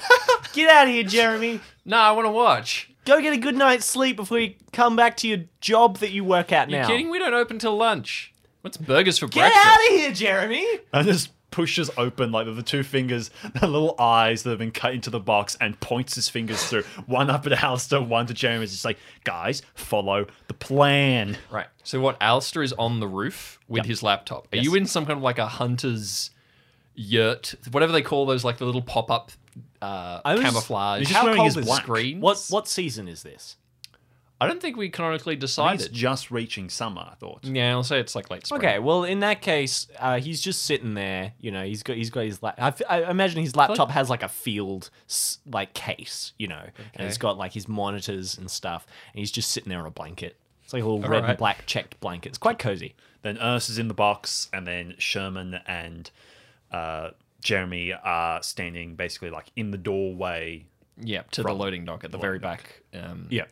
S2: Get out of here, Jeremy.
S1: No, I want to watch.
S2: Go get a good night's sleep before you come back to your job that you work at
S1: You
S2: now.
S1: kidding? We don't open till lunch. What's burgers for
S2: Get
S1: breakfast?
S2: out of here, Jeremy.
S3: And just pushes open like the two fingers, the little eyes that have been cut into the box, and points his fingers through one up at Alistair, one to Jeremy. It's just like, guys, follow the plan.
S1: Right. So what Alistair is on the roof with his laptop. Are you in some kind of like a hunter's yurt? Whatever they call those like the little pop-up uh
S2: I was-
S1: camouflage
S3: He's
S2: How
S3: just wearing
S2: cold
S3: his
S2: is
S3: black.
S1: screens?
S2: What what season is this?
S1: I don't think we canonically
S3: He's
S1: decided.
S3: just reaching summer, I thought.
S1: yeah, I'll say it's like late spring.
S2: Okay, well, in that case, uh, he's just sitting there. You know, he's got he's got his. La- I, f- I imagine his laptop has like a field s- like case, you know, and it's got like his monitors and stuff, and he's just sitting there on a blanket. It's like a little red
S1: right.
S2: and black checked blanket. It's quite cozy.
S3: Then Ernest is in the box, and then Sherman and uh, Jeremy are standing basically like in the doorway.
S1: Yep, to the loading dock at the very back. Um
S3: Yeah.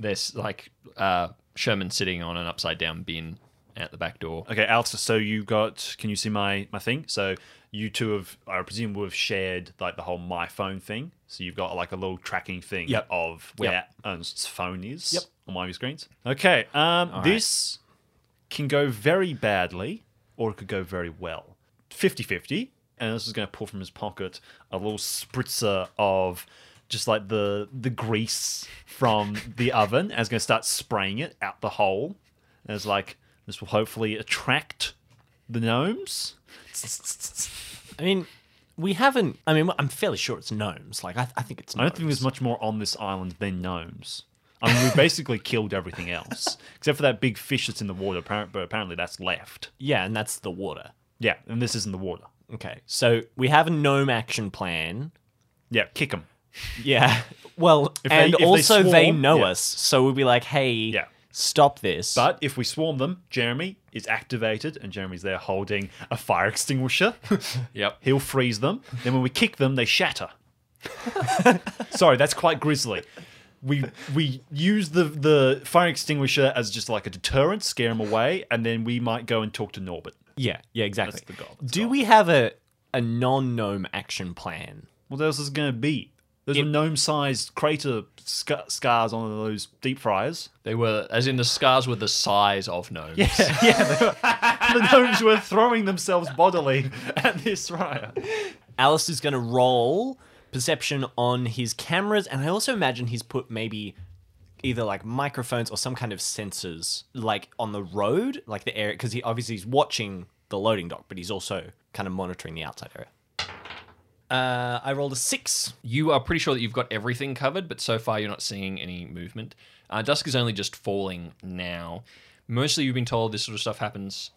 S1: there's like uh Sherman sitting on an upside down bin at the back door.
S3: Okay, Alex. So you got? Can you see my my thing? So you two have, I presume, would have shared like the whole my phone thing. So you've got like a little tracking thing
S6: Yep.
S3: of where
S6: Yep.
S3: Ernst's phone is
S6: Yep.
S3: on one of your screens. Okay, um, this can go very badly or it could go very well. 50-50. And this is going to pull from his pocket a little spritzer of just like the the grease from the oven, and is going to start spraying it out the hole. And it's like this will hopefully attract the gnomes.
S2: I mean, we haven't. I mean, I'm fairly sure it's gnomes. Like, I, I think it's.
S3: I
S2: Gnomes.
S3: don't think there's much more on this island than gnomes. I mean, we basically killed everything else except for that big fish that's in the water. appar- But apparently, that's left.
S2: Yeah, and that's the water.
S3: Yeah, and this is in the water.
S2: Okay, so we have a gnome action plan.
S3: Yeah, kick them.
S2: Yeah. Well,
S3: If they-
S2: and
S3: if they
S2: also they,
S3: swarm,
S2: know
S3: yeah.
S2: us, so we'll be like, hey,
S3: Yeah.
S2: stop this.
S3: But if we swarm them, Jeremy is activated, and Jeremy's there holding a fire extinguisher.
S1: Yep.
S3: He'll freeze them. Then when we kick them, they shatter. Sorry, that's quite grisly. We we use the the fire extinguisher as just like a deterrent, scare them away, and then we might go and talk to Norbert.
S2: yeah, yeah, exactly.
S3: the goal, that's
S2: Do
S3: goal.
S2: we have a a non gnome action plan?
S3: What else is it going to be? Those were gnome-sized crater sc- scars on those deep fryers.
S1: They were, as in the scars were the size of gnomes.
S3: the gnomes were throwing themselves bodily at this fryer.
S2: Alice is going to roll perception on his cameras, and I also imagine he's put maybe either like microphones or some kind of sensors like on the road, like the area, because he obviously he's watching the loading dock, but he's also kind of monitoring the outside area. Uh, I rolled a six.
S1: You are pretty sure that you've got everything covered, but so far you're not seeing any movement. Uh, dusk is only just falling now. Mostly you've been told this sort of stuff happens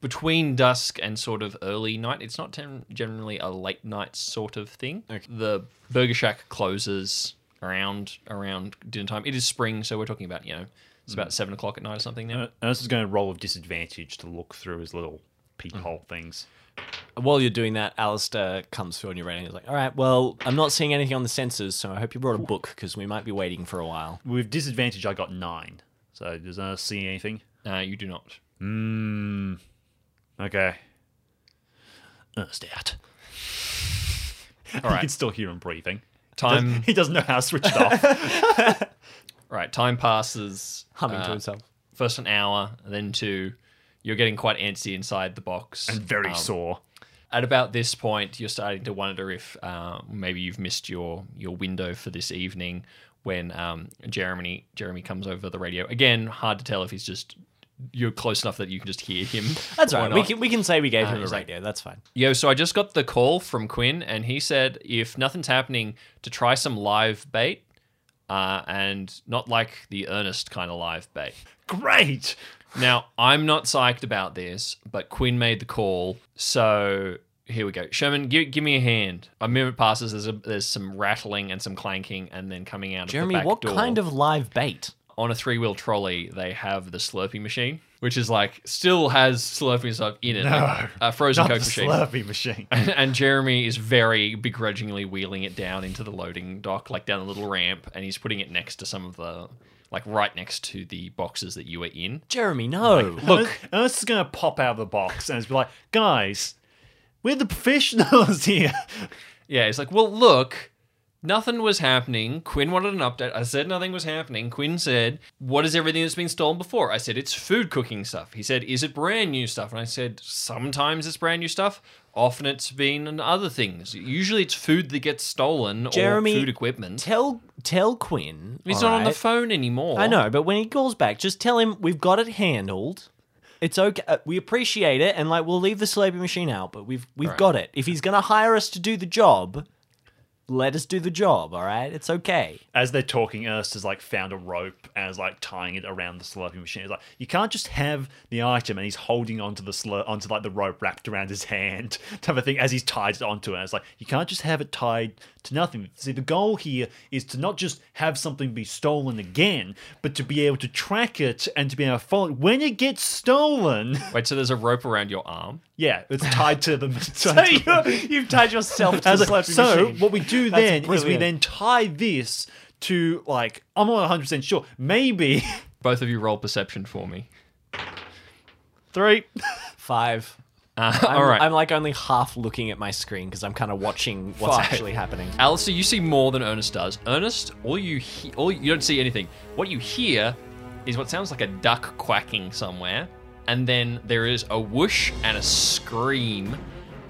S1: between dusk and sort of early night. It's not ten- generally a late night sort of thing. The burger shack closes around around dinner time. It is spring, so we're talking about you know it's about seven o'clock at night or something now.
S3: Uh, Ernest is going to roll with disadvantage to look through his little peephole
S1: Mm.
S3: things.
S2: While you're doing that, Alistair comes through on your rating. He's like, all right, well, I'm not seeing anything on the sensors, so I hope you brought a book because we might be waiting for a while.
S3: With disadvantage, I got nine. So does Ernest see anything?
S1: No, you do not.
S3: Hmm. Okay. Ernest out. All right. You can still hear him breathing.
S1: Time
S3: He doesn't know how to switch it off.
S1: right. Time passes.
S2: Humming
S1: Uh,
S2: to himself.
S1: First an hour, then two. You're getting quite antsy inside the box.
S3: and very
S1: Um,
S3: sore.
S1: at about this point, you're starting to wonder if uh, maybe you've missed your your window for this evening. When um, Jeremy Jeremy comes over the radio again, hard to tell if he's just you're close enough that you can just hear him.
S2: That's
S1: or
S2: all right. We
S1: not.
S2: can, we can say we gave him a
S1: he's like-
S2: radio. That's fine.
S1: Yo, so I just got the call from Quinn, and he said if nothing's happening, to try some live bait, uh, and not like the earnest kind of live bait.
S3: Great.
S1: Now, I'm not psyched about this, but Quinn made the call. So here we go. Sherman, give, give me a hand. A minute passes. There's, a, there's some rattling and some clanking, and then coming out
S2: Jeremy,
S1: of the back
S2: what
S1: door.
S2: kind of live bait?
S1: On a three wheel trolley, they have the Slurpee machine, which is like still has Slurpee stuff in it. like a frozen
S3: Not the
S1: Coke machine.
S3: Slurpee machine.
S1: and Jeremy is very begrudgingly wheeling it down into the loading dock, like down a little ramp, and he's putting it next to some of the, like right next to the boxes that you were in.
S2: Jeremy, no.
S3: Look, Ernest is going to pop out of the box and it's be like, guys, we're the professionals here.
S1: Yeah, he's like, well, look, nothing was happening. Quinn wanted an update. I said nothing was happening. Quinn said, what is everything that's been stolen before? I said, it's food cooking stuff. He said, is it brand new stuff? And I said, sometimes it's brand new stuff. Often it's been and other things. Usually it's food that gets stolen
S2: Jeremy,
S1: or food equipment.
S2: Tell tell Quinn.
S1: He's
S2: all
S1: not on the
S2: right?
S1: phone anymore.
S2: I know, but when he calls back, just tell him we've got it handled. It's okay. uh, We appreciate it, and like we'll leave the slurpee machine out, but we've we've
S1: Right.
S2: got it. If he's gonna hire us to do the job, let us do the job. All right, it's okay.
S3: As they're talking, Ernest has like found a rope and is like tying it around the Slurpee machine. He's like, you can't just have the item, and he's holding onto the slur, onto like the rope wrapped around his hand, type of thing. As he's tied it onto it, and it's like you can't just have it tied to nothing. See, the goal here is to not just have something be stolen again, but to be able to track it and to be able to follow it when it gets stolen.
S1: Wait, so there's a rope around your arm?
S3: Yeah, it's tied to them.
S2: So you, you've tied yourself to
S3: I
S2: the
S3: was like,
S2: slurpee
S3: so
S2: machine.
S3: what we do
S2: That's
S3: then is we
S2: brilliant.
S3: then tie this to like I'm not 100 percent sure. Maybe
S1: Both of you roll perception for me.
S7: Three.
S2: Five.
S1: Uh,
S2: I'm,
S1: all right.
S2: I'm like only half looking at my screen because I'm kind of watching what's
S1: Five.
S2: actually happening.
S1: Alistair, you see more than Ernest does. Ernest, all you he- all you don't see anything. What you hear is what sounds like a duck quacking somewhere, and then there is a whoosh and a scream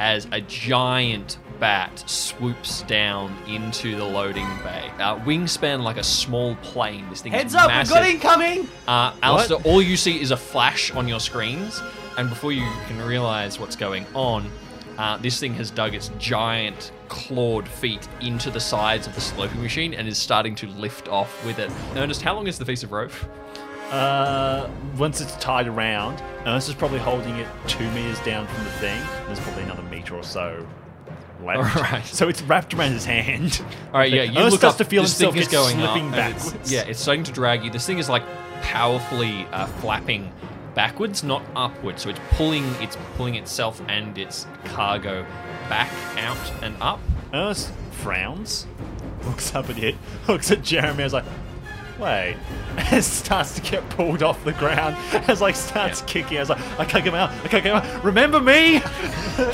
S1: as a giant bat swoops down into the loading bay. Uh, wingspan like a small plane. This thing
S2: Heads
S1: is
S2: up,
S1: massive.
S2: we've got incoming!
S1: Uh, Alistair, all you see is a flash on your screens, and before you can realize what's going on, uh, this thing has dug its giant clawed feet into the sides of the sloping machine and is starting to lift off with it. Ernest, how long is the piece of rope?
S3: Uh, once it's tied around, Ernest is probably holding it two meters down from the thing. There's probably another meter or so left.
S1: All right.
S3: So it's wrapped around his hand.
S1: All right, yeah,
S3: Like,
S1: you
S3: Ernest
S1: look
S3: starts
S1: up,
S3: to feel
S1: this
S3: himself
S1: thing is
S3: get
S1: going
S3: slipping
S1: up, and it's-
S3: backwards.
S1: yeah, it's starting to drag you. This thing is like powerfully uh, flapping backwards, not upwards. So it's pulling, it's pulling itself and its cargo back out and up.
S3: Ernest frowns, looks up at it, looks at Jeremy, is like, wait, and starts to get pulled off the ground. As like starts
S1: Yeah.
S3: kicking, I was like, I can't get him out, I can't get him out. Remember me?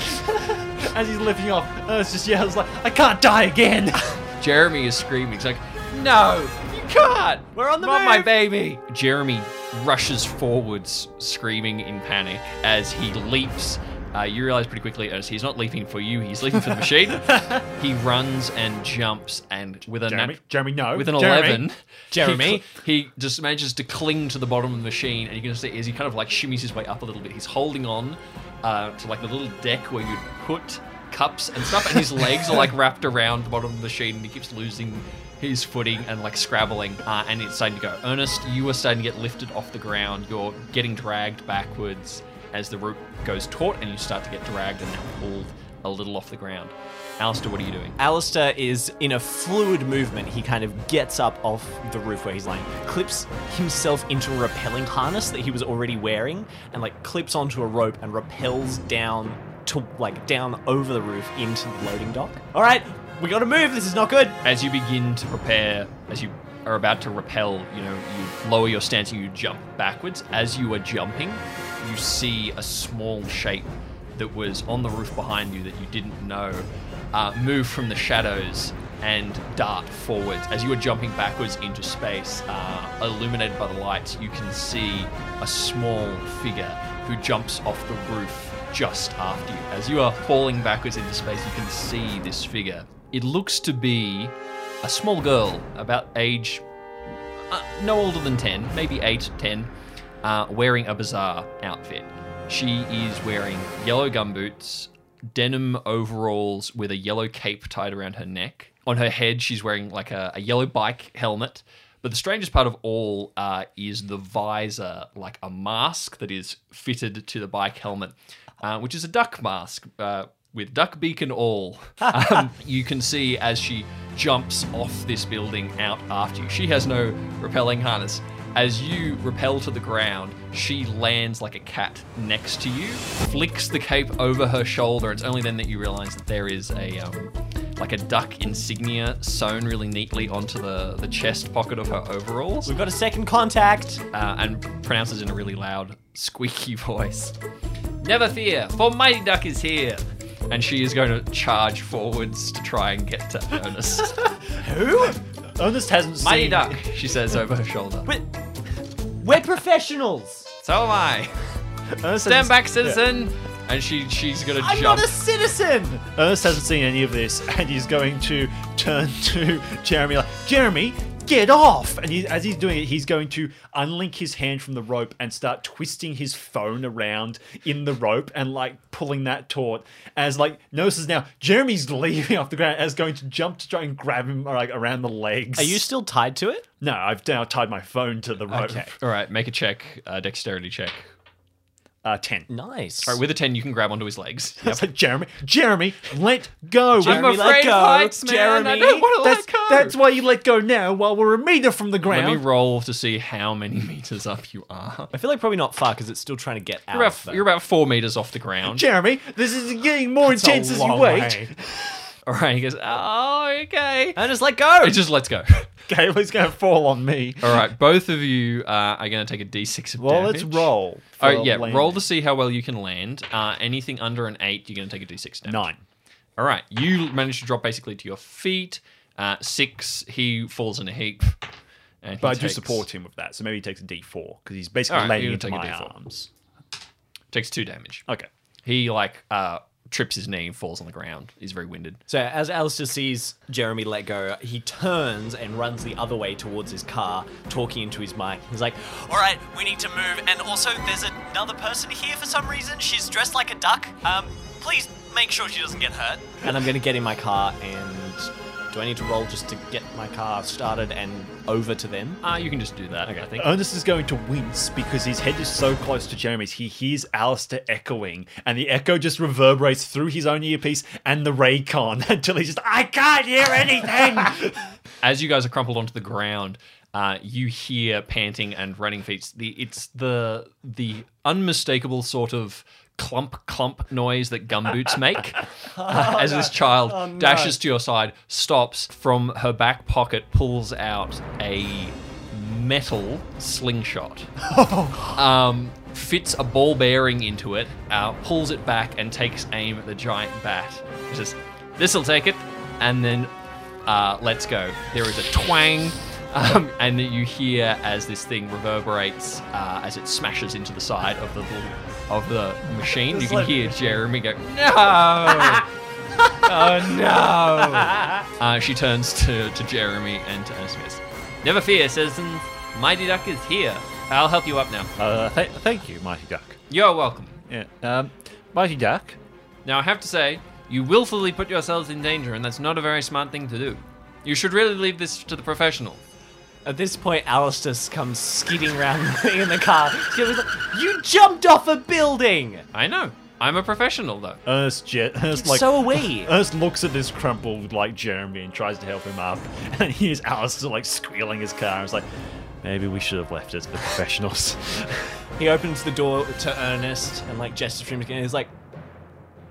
S3: As he's lifting off, Ernest just yells like, I can't die again.
S1: Jeremy is screaming. He's like, "No, you can't! We're on the Not my
S2: move!"
S1: baby!" Jeremy rushes forwards, screaming in panic as he leaps. Uh, you realize pretty quickly as he's not leaping for you, he's leaping for the machine. he runs and jumps, and with a
S3: Jeremy,
S1: nat-
S3: Jeremy, no.
S1: with an
S3: Jeremy.
S1: 11
S2: Jeremy.
S1: he, he just manages to cling to the bottom of the machine and you can see as he kind of like shimmies his way up a little bit he's holding on uh, to like the little deck where you'd put cups and stuff and his legs are like wrapped around the bottom of the machine and he keeps losing his footing and like scrabbling uh, and it's starting to go ernest you are starting to get lifted off the ground you're getting dragged backwards as the rope goes taut and you start to get dragged and now pulled a little off the ground Alistair, what are you doing
S2: Alistair is in a fluid movement. He kind of gets up off the roof where he's lying, clips himself into a rappelling harness that he was already wearing, and like clips onto a rope and rappels down to like down over the roof into the loading dock. All right, we gotta move. This is not good.
S1: as you begin to prepare, as you are about to repel, you know, you lower your stance and you jump backwards. As you are jumping, you see a small shape that was on the roof behind you that you didn't know uh, move from the shadows and dart forwards. As you are jumping backwards into space, uh, illuminated by the lights, you can see a small figure who jumps off the roof just after you. As you are falling backwards into space, you can see this figure. It looks to be a small girl, about age uh, no older than 10, maybe 8, 10, uh, wearing a bizarre outfit. She is wearing yellow gumboots, denim overalls with a yellow cape tied around her neck. On her head, she's wearing like a, a yellow bike helmet. But the strangest part of all uh, is the visor, like a mask that is fitted to the bike helmet, uh, which is a duck mask. Uh, with duck beak and all. Um, you can see as she jumps off this building out after you. She has no repelling harness. As you repel to the ground, she lands like a cat next to you, flicks the cape over her shoulder. It's only then that you realize that there is a um, like a duck insignia sewn really neatly onto the, the chest pocket of her overalls,
S2: We've got a second contact.
S1: uh, and pronounces in a really loud, squeaky voice. Never fear, for Mighty Duck is here. And she is going to charge forwards to try and get to Ernest.
S3: Ernest hasn't
S1: Mighty
S3: seen
S1: Duck, she says over her shoulder.
S2: But we're professionals.
S1: So am I.
S3: Ernest
S1: Stand
S3: hasn't-
S1: back,
S3: yeah.
S1: citizen. And she she's gonna
S2: I'm
S1: jump.
S2: not a citizen.
S3: Ernest hasn't seen any of this, and he's going to turn to Jeremy like, Jeremy, get off! And he, as he's doing it, he's going to unlink his hand from the rope and start twisting his phone around in the rope and like pulling that taut. As like notices now, Jeremy's leaving off the ground as going to jump to try and grab him like around the legs.
S2: Are you still tied to it?
S3: No, I've now tied my phone to the rope.
S1: All right, make a check, uh, dexterity check.
S3: Uh, ten.
S2: Nice.
S1: All right, with a ten, you can grab onto his legs.
S3: It's like Jeremy, Jeremy, let go.
S1: I'm
S2: Jeremy, let
S1: afraid
S2: go.
S1: of heights, man. I
S2: Jeremy,
S1: don't want to let
S3: that's,
S1: go.
S3: that's why you let go now while we're a meter from the ground.
S1: Let me roll to see how many meters up you are.
S2: I feel like probably not far because it's still trying to get out.
S1: You're about,
S2: though.
S1: you're about four meters off the ground.
S3: Jeremy, this is getting more
S2: a
S3: intense as you
S2: long
S3: wait.
S2: way.
S1: All right, he goes, oh, okay.
S2: And just let go.
S1: It just lets go.
S3: Kaylee's going to fall on me.
S1: All right, both of you uh, are going to take a d6 of
S3: Well,
S1: damage.
S3: let's roll.
S1: Oh,
S3: for
S1: yeah, roll
S3: landing.
S1: to see how well you can land. Uh, anything under an 8, you're going to take a d6 damage.
S3: nine.
S1: All right, you manage to drop basically to your feet. Uh, 6, he falls in a heap. and he
S3: But I do
S1: takes-
S3: support him with that, so maybe he takes a D4 because he's basically
S1: Alright,
S3: landing
S1: you
S3: into
S1: take a
S3: my
S1: D4.
S3: arms.
S1: Takes 2 damage.
S3: Okay.
S1: He, like, uh, trips his knee and falls on the ground. He's very winded.
S2: So as Alistair sees Jeremy let go, he turns and runs the other way towards his car, talking into his mic. He's like, "All right, we need to move, and also there's another person here for some reason. She's dressed like a duck. Um, please make sure she doesn't get hurt." And I'm gonna get in my car and. Do I need to roll just to get my car started and over to them?
S1: Uh, you can just do that, I think.
S3: Ernest is going to wince because his head is so close to Jeremy's. He hears Alistair echoing, and the echo just reverberates through his own earpiece and the Raycon until he's just, I can't hear anything!
S1: as you guys are crumpled onto the ground, uh, you hear panting and running feet. The it's the the unmistakable sort of clump clump noise that gumboots make uh, as this child dashes to your side, stops from her back pocket, pulls out a metal slingshot um, fits a ball bearing into it, uh, pulls it back, and takes aim at the giant bat. It says, "This'll take it," and then uh, let's go. There is a twang, um, and you hear as this thing reverberates uh, as it smashes into the side of the little, of the machine. you can hear Jeremy go, "No." oh no! Uh, she turns to, to Jeremy and to Ernest Smith. Never fear, citizens. Mighty Duck is here. I'll help you up now.
S3: uh, th- thank you, Mighty Duck.
S1: You're welcome.
S3: Yeah. Um, Mighty Duck,
S1: Now, I have to say, you willfully put yourselves in danger, and that's not a very smart thing to do. You should really leave this to the professional.
S2: At this point, Alistair comes skidding around the thing in the car. She was like, You jumped off a building!
S1: I know. I'm a professional, though.
S3: Ernest, Je- Ernest like,
S2: so are we.
S3: Ernst looks at this crumpled like Jeremy and tries to help him up, and he hears Alistair like squealing his car. It's like, maybe we should have left it to the professionals.
S2: He opens the door to Ernest and like gestures to him again. He's like,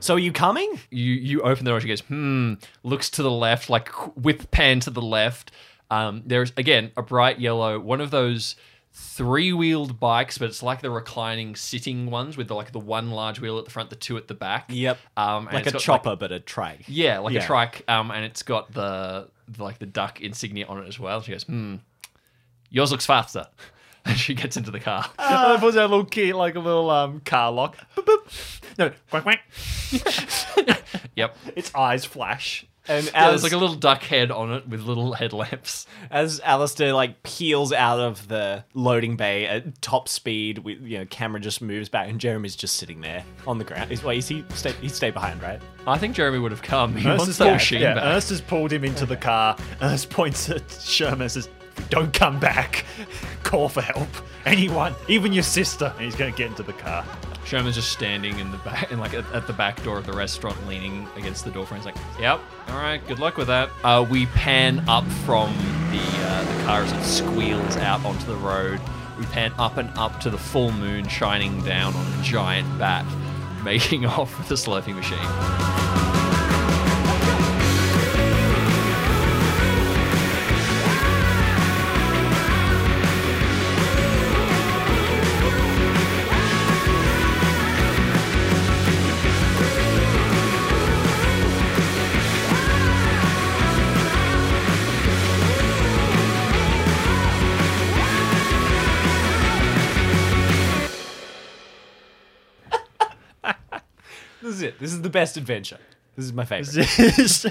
S2: "So are you coming?"
S1: You you open the door. She goes, hmm. Looks to the left, like whip pan to the left. Um, there's again a bright yellow, one of those three-wheeled bikes, but it's like the reclining sitting ones with the, like the one large wheel at the front, the two at the back.
S2: Yep.
S1: Um, and
S2: like
S1: it's
S2: a
S1: got,
S2: chopper, but a trike.
S1: Yeah, like
S2: Yeah.
S1: a trike, um, and it's got the, the like the duck insignia on it as well. She goes, "Hmm, yours looks faster." And she gets into the car.
S3: uh, puts out a little key, like a little um, car lock. Boop, boop. No, quack, quack.
S1: yep,
S3: Its eyes flash.
S2: And
S1: yeah,
S2: as
S1: there's like a little duck head on it with little headlamps.
S2: as Alistair like peels out of the loading bay at top speed, with you know, camera just moves back, and Jeremy's just sitting there on the ground. He's, wait, is he stay? He stay behind, right?
S1: I think Jeremy would have come. He
S3: Ernst
S1: wants
S3: has,
S1: that
S3: pulled,
S1: machine
S3: yeah,
S1: back.
S3: Ernst has pulled him into the car. Ernst points at Sherman and says, Don't come back. Call for help. Anyone, even your sister. And he's going to get into the car.
S1: Sherman's just standing in the back, in like at, at the back door of the restaurant, leaning against the door frame. He's like, "Yep, all right, good luck with that." Uh, we pan up from the uh, the car as it squeals out onto the road. We pan up and up to the full moon shining down on a giant bat, making off with the slurping machine.
S2: This is it. This is the best adventure. This is my favorite.
S3: This